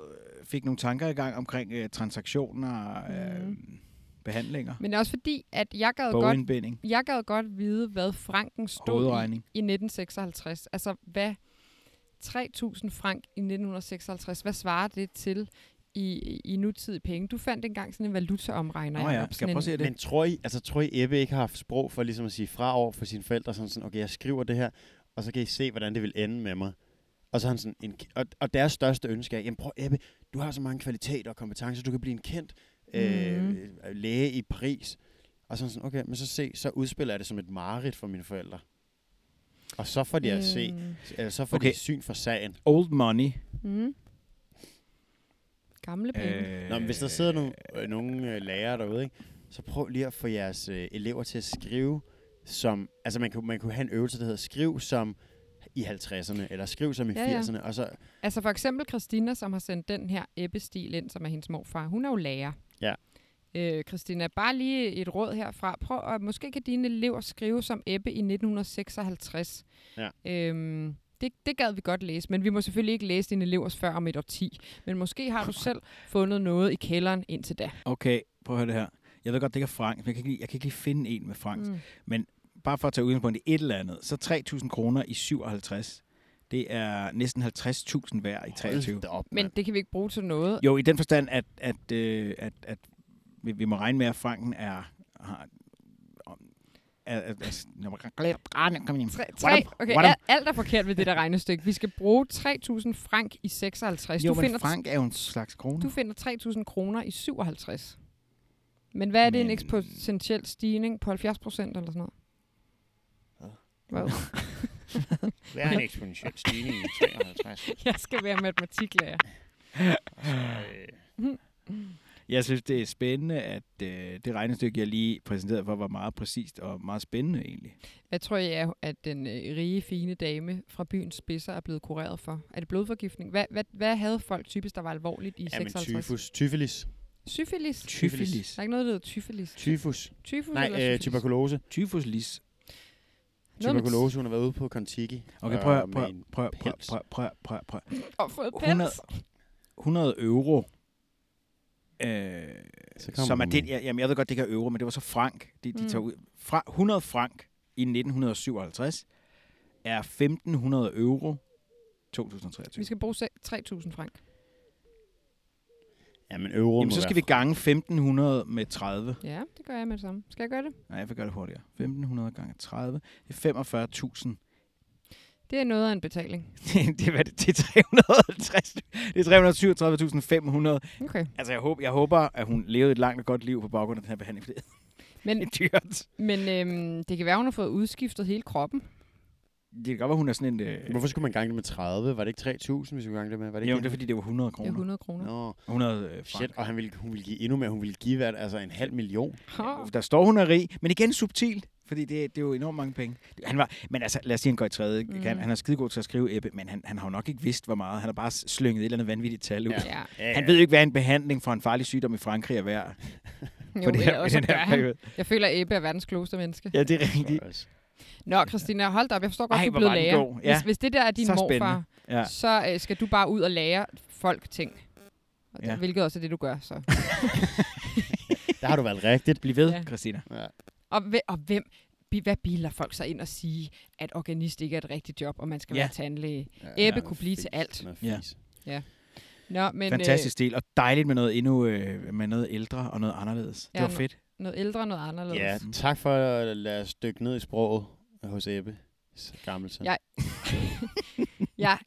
Speaker 3: øh, fik nogle tanker i gang omkring øh, transaktioner, øh, behandlinger,
Speaker 4: Mm. Men også fordi, at jeg gad, godt,
Speaker 3: bogindbinding,
Speaker 4: jeg gad godt vide, hvad franken stod i
Speaker 3: hovedregning.
Speaker 4: i 1956. Altså, hvad 3.000 frank i 1956, hvad svarer det til i, i nutidige penge? Du fandt engang sådan en valutaomregner.
Speaker 3: Nå ja,
Speaker 4: Jacob,
Speaker 3: skal jeg
Speaker 4: sådan
Speaker 3: prøve at se
Speaker 4: en-
Speaker 3: det?
Speaker 2: Men tror I, altså, tror I Ebbe ikke har haft sprog for ligesom at sige fra over for sine forældre, sådan sådan, okay, jeg skriver det her, og så kan I se, hvordan det vil ende med mig. Og så er han sådan, en, og, og deres største ønske er, jamen prøv Ebbe, du har så mange kvaliteter og kompetencer, du kan blive en kendt øh,
Speaker 4: Mhm.
Speaker 2: øh, læge i Paris. Og så er han sådan, okay, men så se, så udspiller jeg det som et mareridt for mine forældre. Og så får de at se,
Speaker 4: Mm.
Speaker 2: eller så får okay.
Speaker 3: Okay.
Speaker 2: de syn for sagen.
Speaker 3: Old money.
Speaker 4: Mm. Gamle penge. Øh.
Speaker 2: Nå, men hvis der sidder nogle, øh, nogle øh, lærere derude, ikke? så prøv lige at få jeres øh, elever til at skrive som... Altså, man kunne, man kunne have en øvelse, der hedder skriv som i 50'erne, eller skriv som i
Speaker 4: Ja, ja.
Speaker 2: 80'erne, og så
Speaker 4: Altså for eksempel Christina, som har sendt den her æbbestil ind, som er hendes morfar. Hun er jo lærer.
Speaker 2: Ja.
Speaker 4: Øh, Christina, bare lige et råd herfra. Prøv at, måske kan dine elever skrive som Ebbe i 1956.
Speaker 2: Ja.
Speaker 4: Øhm, det, det gad vi godt læse, men vi må selvfølgelig ikke læse dine elevers før om et årti. Men måske har du selv fundet noget i kælderen indtil da.
Speaker 3: Okay, prøv at høre det her. Jeg ved godt, det ikke er frank, men jeg kan ikke, lige- jeg kan ikke lige finde en med frank. Mm. Men bare for at tage udgangspunkt i et eller andet, så 3.000 kroner i 57, det er næsten 50.000 værd i 23.
Speaker 2: hold da op,
Speaker 4: Men
Speaker 2: mand.
Speaker 4: det kan vi ikke bruge til noget.
Speaker 3: Jo, i den forstand, at, at, øh, at, at vi, vi må regne med, at franken er... Har, om- er, er, er, når man- Kom hjem.
Speaker 4: Tre,
Speaker 3: What
Speaker 4: tre,
Speaker 3: up?
Speaker 4: okay,
Speaker 3: What up?
Speaker 4: alt, alt er forkert ved det der regnestykke. Vi skal bruge 3.000 frank i 56.
Speaker 3: Jo,
Speaker 4: Altså, du
Speaker 3: men
Speaker 4: finder
Speaker 3: frank er jo en slags krone.
Speaker 4: Du finder 3.000 kroner i 57. Men hvad er det, en
Speaker 3: Men-
Speaker 4: eksponentiel stigning på 70 procent eller sådan noget? Hvad?
Speaker 5: Hvad er en eksponentiel stigning i 53?
Speaker 2: Altså,
Speaker 4: Jeg skal være matematiklærer.
Speaker 5: Øh,
Speaker 3: Jeg synes, det er spændende, at øh, det regnestykke, jeg lige præsenterede for, var meget præcist og meget spændende egentlig.
Speaker 4: Hvad tror jeg, er, at den øh, rige, fine dame fra byens spidser er blevet kureret for? Er det blodforgiftning? Hvad, hvad, hvad havde folk typisk, der var alvorligt i
Speaker 2: Ja, men
Speaker 4: 56?
Speaker 2: tyfus. Tyfilis.
Speaker 4: Syfilis? Der
Speaker 3: Tyfilis.
Speaker 4: er ikke noget, der hedder tyfilis.
Speaker 2: Tyfus.
Speaker 4: Tyfus
Speaker 2: Nej,
Speaker 4: eller
Speaker 2: øh,
Speaker 4: syfilis?
Speaker 2: tuberkulose.
Speaker 3: Tyfuslis.
Speaker 4: Noget med
Speaker 2: Tuberkulose, hun har været ude på Kontiki.
Speaker 3: Okay,
Speaker 2: og
Speaker 3: prøv, at-
Speaker 2: med
Speaker 3: prøv,
Speaker 2: en
Speaker 3: prøv, prøv,
Speaker 2: pels.
Speaker 3: prøv, prøv, prøv, prøv.
Speaker 4: Og fået
Speaker 3: 100,
Speaker 4: pels.
Speaker 3: 100 euro.
Speaker 2: Så
Speaker 3: Øh,
Speaker 2: kommer
Speaker 3: som er
Speaker 2: hun
Speaker 3: den,
Speaker 2: med.
Speaker 3: jeg, jamen, jeg ved godt, det ikke er euro, men det var så frank, de, de
Speaker 4: Mm.
Speaker 3: tager ud. Fra, 100 frank i 1957 er 1500 euro 2023.
Speaker 4: Vi skal bruge se- 3.000 frank.
Speaker 2: Ja, men euroen
Speaker 3: Jamen, så skal vi gange 1500 med 30.
Speaker 4: Ja, det gør jeg med det samme. Skal jeg gøre det?
Speaker 3: Nej, jeg vil gøre det hurtigere. 1500 gange 30, det er 45.000.
Speaker 4: Det er noget af en betaling.
Speaker 3: det, er, hvad det, det er 350. Det er 337.500.
Speaker 4: Okay.
Speaker 3: Altså, jeg håber, jeg håber, at hun levede et langt og godt liv på baggrund af den her behandling, for det
Speaker 4: Men
Speaker 3: er dyrt.
Speaker 4: Men øhm, det kan være, hun har fået udskiftet hele kroppen.
Speaker 3: Det kan godt være, hun er sådan en... Øh...
Speaker 2: Hvorfor skulle man gange det med 30? Var det ikke 3.000, hvis vi gange det med? Var det
Speaker 3: Jo,
Speaker 2: ikke
Speaker 3: det er fordi, det var 100
Speaker 4: Det er
Speaker 3: kroner.
Speaker 4: 100 kroner.
Speaker 2: Nå,
Speaker 3: 100 øh,
Speaker 2: shit.
Speaker 3: frank.
Speaker 2: Og han ville, hun ville give endnu mere. Hun ville give hvert, altså en halv million.
Speaker 4: Oh.
Speaker 3: Der står, hun er rig, men igen subtilt, fordi det, det er jo enormt mange penge. Han var, men altså, lad os sige, han går i tredje. Mm.
Speaker 4: Mm.
Speaker 3: Han, han er skidegod til at skrive Ebbe, men han, han har jo nok ikke vidst, hvor meget. Han har bare slynget et eller andet vanvittigt tal ud.
Speaker 2: Ja.
Speaker 4: Ja,
Speaker 2: Ja,
Speaker 3: Han
Speaker 2: ja.
Speaker 3: ved jo ikke, hvad en behandling for en farlig sygdom i Frankrig er værd.
Speaker 4: jo,
Speaker 3: på det her,
Speaker 4: eller også
Speaker 3: i den
Speaker 4: gør
Speaker 3: her
Speaker 4: han.
Speaker 3: periode.
Speaker 4: Jeg føler, at Ebbe er verdens klogeste menneske.
Speaker 3: Ja, det er rigtigt.
Speaker 2: Altså,
Speaker 4: Nå, Christina, hold da op. Jeg forstår godt,
Speaker 3: Ej,
Speaker 4: du er
Speaker 3: hvor
Speaker 4: blevet
Speaker 3: var den
Speaker 4: lærer.
Speaker 3: god. Ja.
Speaker 4: Hvis, hvis det der er din
Speaker 3: Så
Speaker 4: morfar,
Speaker 3: spændende. Ja.
Speaker 4: så øh, skal du bare ud og lære folk ting. Og det,
Speaker 3: Ja.
Speaker 4: Hvilket også er det, du gør. Så.
Speaker 2: Der har du valgt rigtigt.
Speaker 3: Bliv ved,
Speaker 4: Ja.
Speaker 3: ja. Christina.
Speaker 2: Ja.
Speaker 4: Og, hve- og hvem, bi- hvad bilder folk sig ind og sige, at organist ikke er et rigtigt job, og man skal
Speaker 3: Ja.
Speaker 4: være tandlæge?
Speaker 2: Ja,
Speaker 4: Ebbe
Speaker 2: noget
Speaker 4: kunne blive til
Speaker 2: fis.
Speaker 4: alt.
Speaker 2: Noget
Speaker 3: Ja.
Speaker 2: fis.
Speaker 4: Nå, men øh,
Speaker 3: Fantastisk del, og dejligt med noget endnu øh, med noget ældre og noget anderledes.
Speaker 4: Ja,
Speaker 3: det var
Speaker 4: nå.
Speaker 3: fedt.
Speaker 4: Øh, noget ældre, noget anderledes.
Speaker 2: Ja, tak for at lade os dykke ned i sproget hos Ebbe. Gammel
Speaker 4: Jeg- Jeg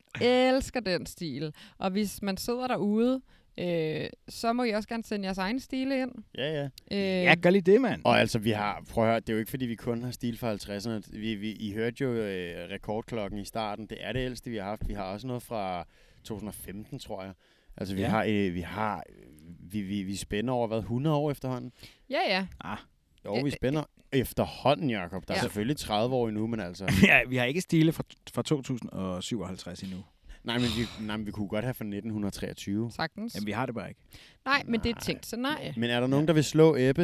Speaker 4: elsker den stil. Og hvis man sidder derude, øh, så må I også gerne sende jeres egen stile ind.
Speaker 2: Ja, ja.
Speaker 4: Øh,
Speaker 3: Ja, gør lige det, mand.
Speaker 2: Og altså, vi har, prøv at høre, det er jo ikke, fordi vi kun har stil fra 50'erne. Vi, vi, I hørte jo øh, rekordklokken i starten. Det er det ældste, vi har haft. Vi har også noget fra 2015, tror jeg. Altså, vi ja.
Speaker 3: Ja.
Speaker 2: har, øh, vi, har øh, vi, vi, vi spænder over, hvad, 100 år efterhånden?
Speaker 4: ja, ja.
Speaker 2: Jo,
Speaker 4: Øh,
Speaker 2: vi spænder efterhånden, Jacob. Der er
Speaker 4: Ja.
Speaker 2: selvfølgelig 30 år endnu, men altså...
Speaker 3: Ja, vi har ikke stile fra, fra 2057 endnu.
Speaker 2: Nej, men vi, nej, men vi kunne godt have fra 1923.
Speaker 4: Sagtens.
Speaker 3: Jamen, vi har det bare ikke.
Speaker 4: nej, men det er
Speaker 2: Nej.
Speaker 4: et tænkt scenarie.
Speaker 2: Men er der nogen, der vil slå Ebbe,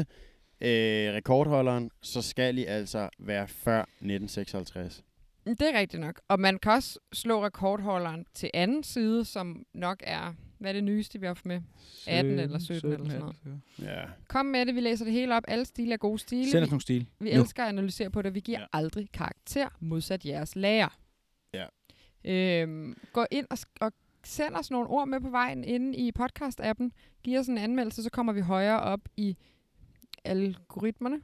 Speaker 2: øh, rekordholderen, så skal I altså være før 1956.
Speaker 4: Det er rigtigt nok. Og man kan også slå rekordholderen til anden side, som nok er, hvad er det nyeste, vi har haft med? 18 eller 17 eller sådan noget.
Speaker 2: Ja.
Speaker 4: Kom med det, vi læser det hele op. Alle stile er gode stile.
Speaker 3: Send os
Speaker 4: Vi,
Speaker 3: nogle stil.
Speaker 4: vi
Speaker 3: nu.
Speaker 4: elsker at analysere på det. Vi giver
Speaker 3: Ja.
Speaker 4: ja. aldrig karakter modsat jeres lærer.
Speaker 2: Ja.
Speaker 4: Øhm, gå ind og, sk- og send os nogle ord med på vejen inde i podcast-appen. Giv os en anmeldelse, så kommer vi højere op i algoritmerne.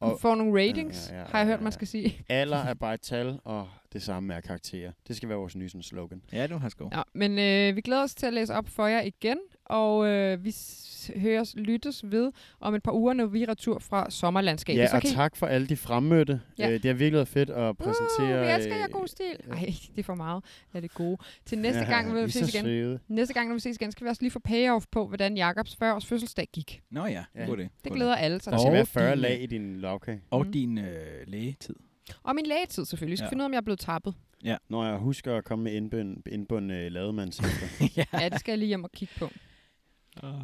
Speaker 4: Og
Speaker 2: Og-
Speaker 4: får nogle ratings,
Speaker 2: Ja, ja, ja,
Speaker 4: har jeg hørt,
Speaker 2: ja, ja.
Speaker 4: man skal sige.
Speaker 2: Alder er bare et tal, og det samme er karakterer. Det skal være vores nye sådan, slogan.
Speaker 3: Ja, det var hans god.
Speaker 4: Ja, men øh, vi glæder os til at læse op for jer igen, og øh, vi s- høres, lyttes ved om et par uger, når vi er retur fra sommerlandskabet.
Speaker 2: Ja,
Speaker 4: så
Speaker 2: og
Speaker 4: kan I-
Speaker 2: tak for alle de fremmødte.
Speaker 4: Ja.
Speaker 2: Ja. Øh, det har virkelig været fedt at præsentere...
Speaker 4: Uh, vi elsker jer
Speaker 2: øh,
Speaker 4: god stil. Ej, det er for meget af det gode. Til næste gang,
Speaker 2: I
Speaker 4: når
Speaker 2: er
Speaker 4: vi ses
Speaker 2: så
Speaker 4: igen.
Speaker 2: søde.
Speaker 4: Næste gang, når vi ses igen, skal vi også lige få payoff på, hvordan Jakobs 40-års fødselsdag gik.
Speaker 3: Nå ja,
Speaker 2: Ja.
Speaker 3: god det.
Speaker 4: Det
Speaker 3: God
Speaker 4: glæder alle sig
Speaker 2: Der
Speaker 4: til.
Speaker 2: skal
Speaker 3: Og
Speaker 2: være 40
Speaker 3: din-
Speaker 2: lag i din lavkage.
Speaker 3: Og
Speaker 4: Mm.
Speaker 3: din øh, lægetid.
Speaker 4: Og min lægetid selvfølgelig. Vi skal
Speaker 3: Ja.
Speaker 4: ja. finde ud af, om jeg er blevet tappet.
Speaker 3: Ja.
Speaker 2: Når jeg husker at komme med indbund, indbund øh, lavemandshæfter.
Speaker 3: ja.
Speaker 4: Ja, det skal jeg lige hjem og kigge på.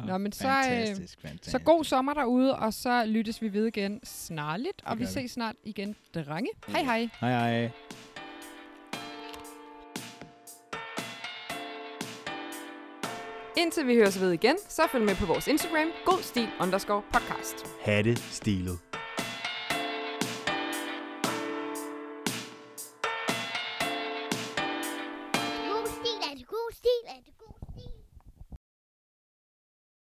Speaker 4: Nå, men så, øh,
Speaker 3: Ah. fantastisk, fantastisk.
Speaker 4: Så god sommer derude, og så lyttes vi ved igen snarligt. Og
Speaker 3: Det
Speaker 4: vi
Speaker 3: gør vi.
Speaker 4: ses snart igen, drenge. Hej hej.
Speaker 3: Hej hej.
Speaker 4: Indtil vi høres ved igen, så følg med på vores Instagram, godstil underscore podcast.
Speaker 6: Hatte stilet.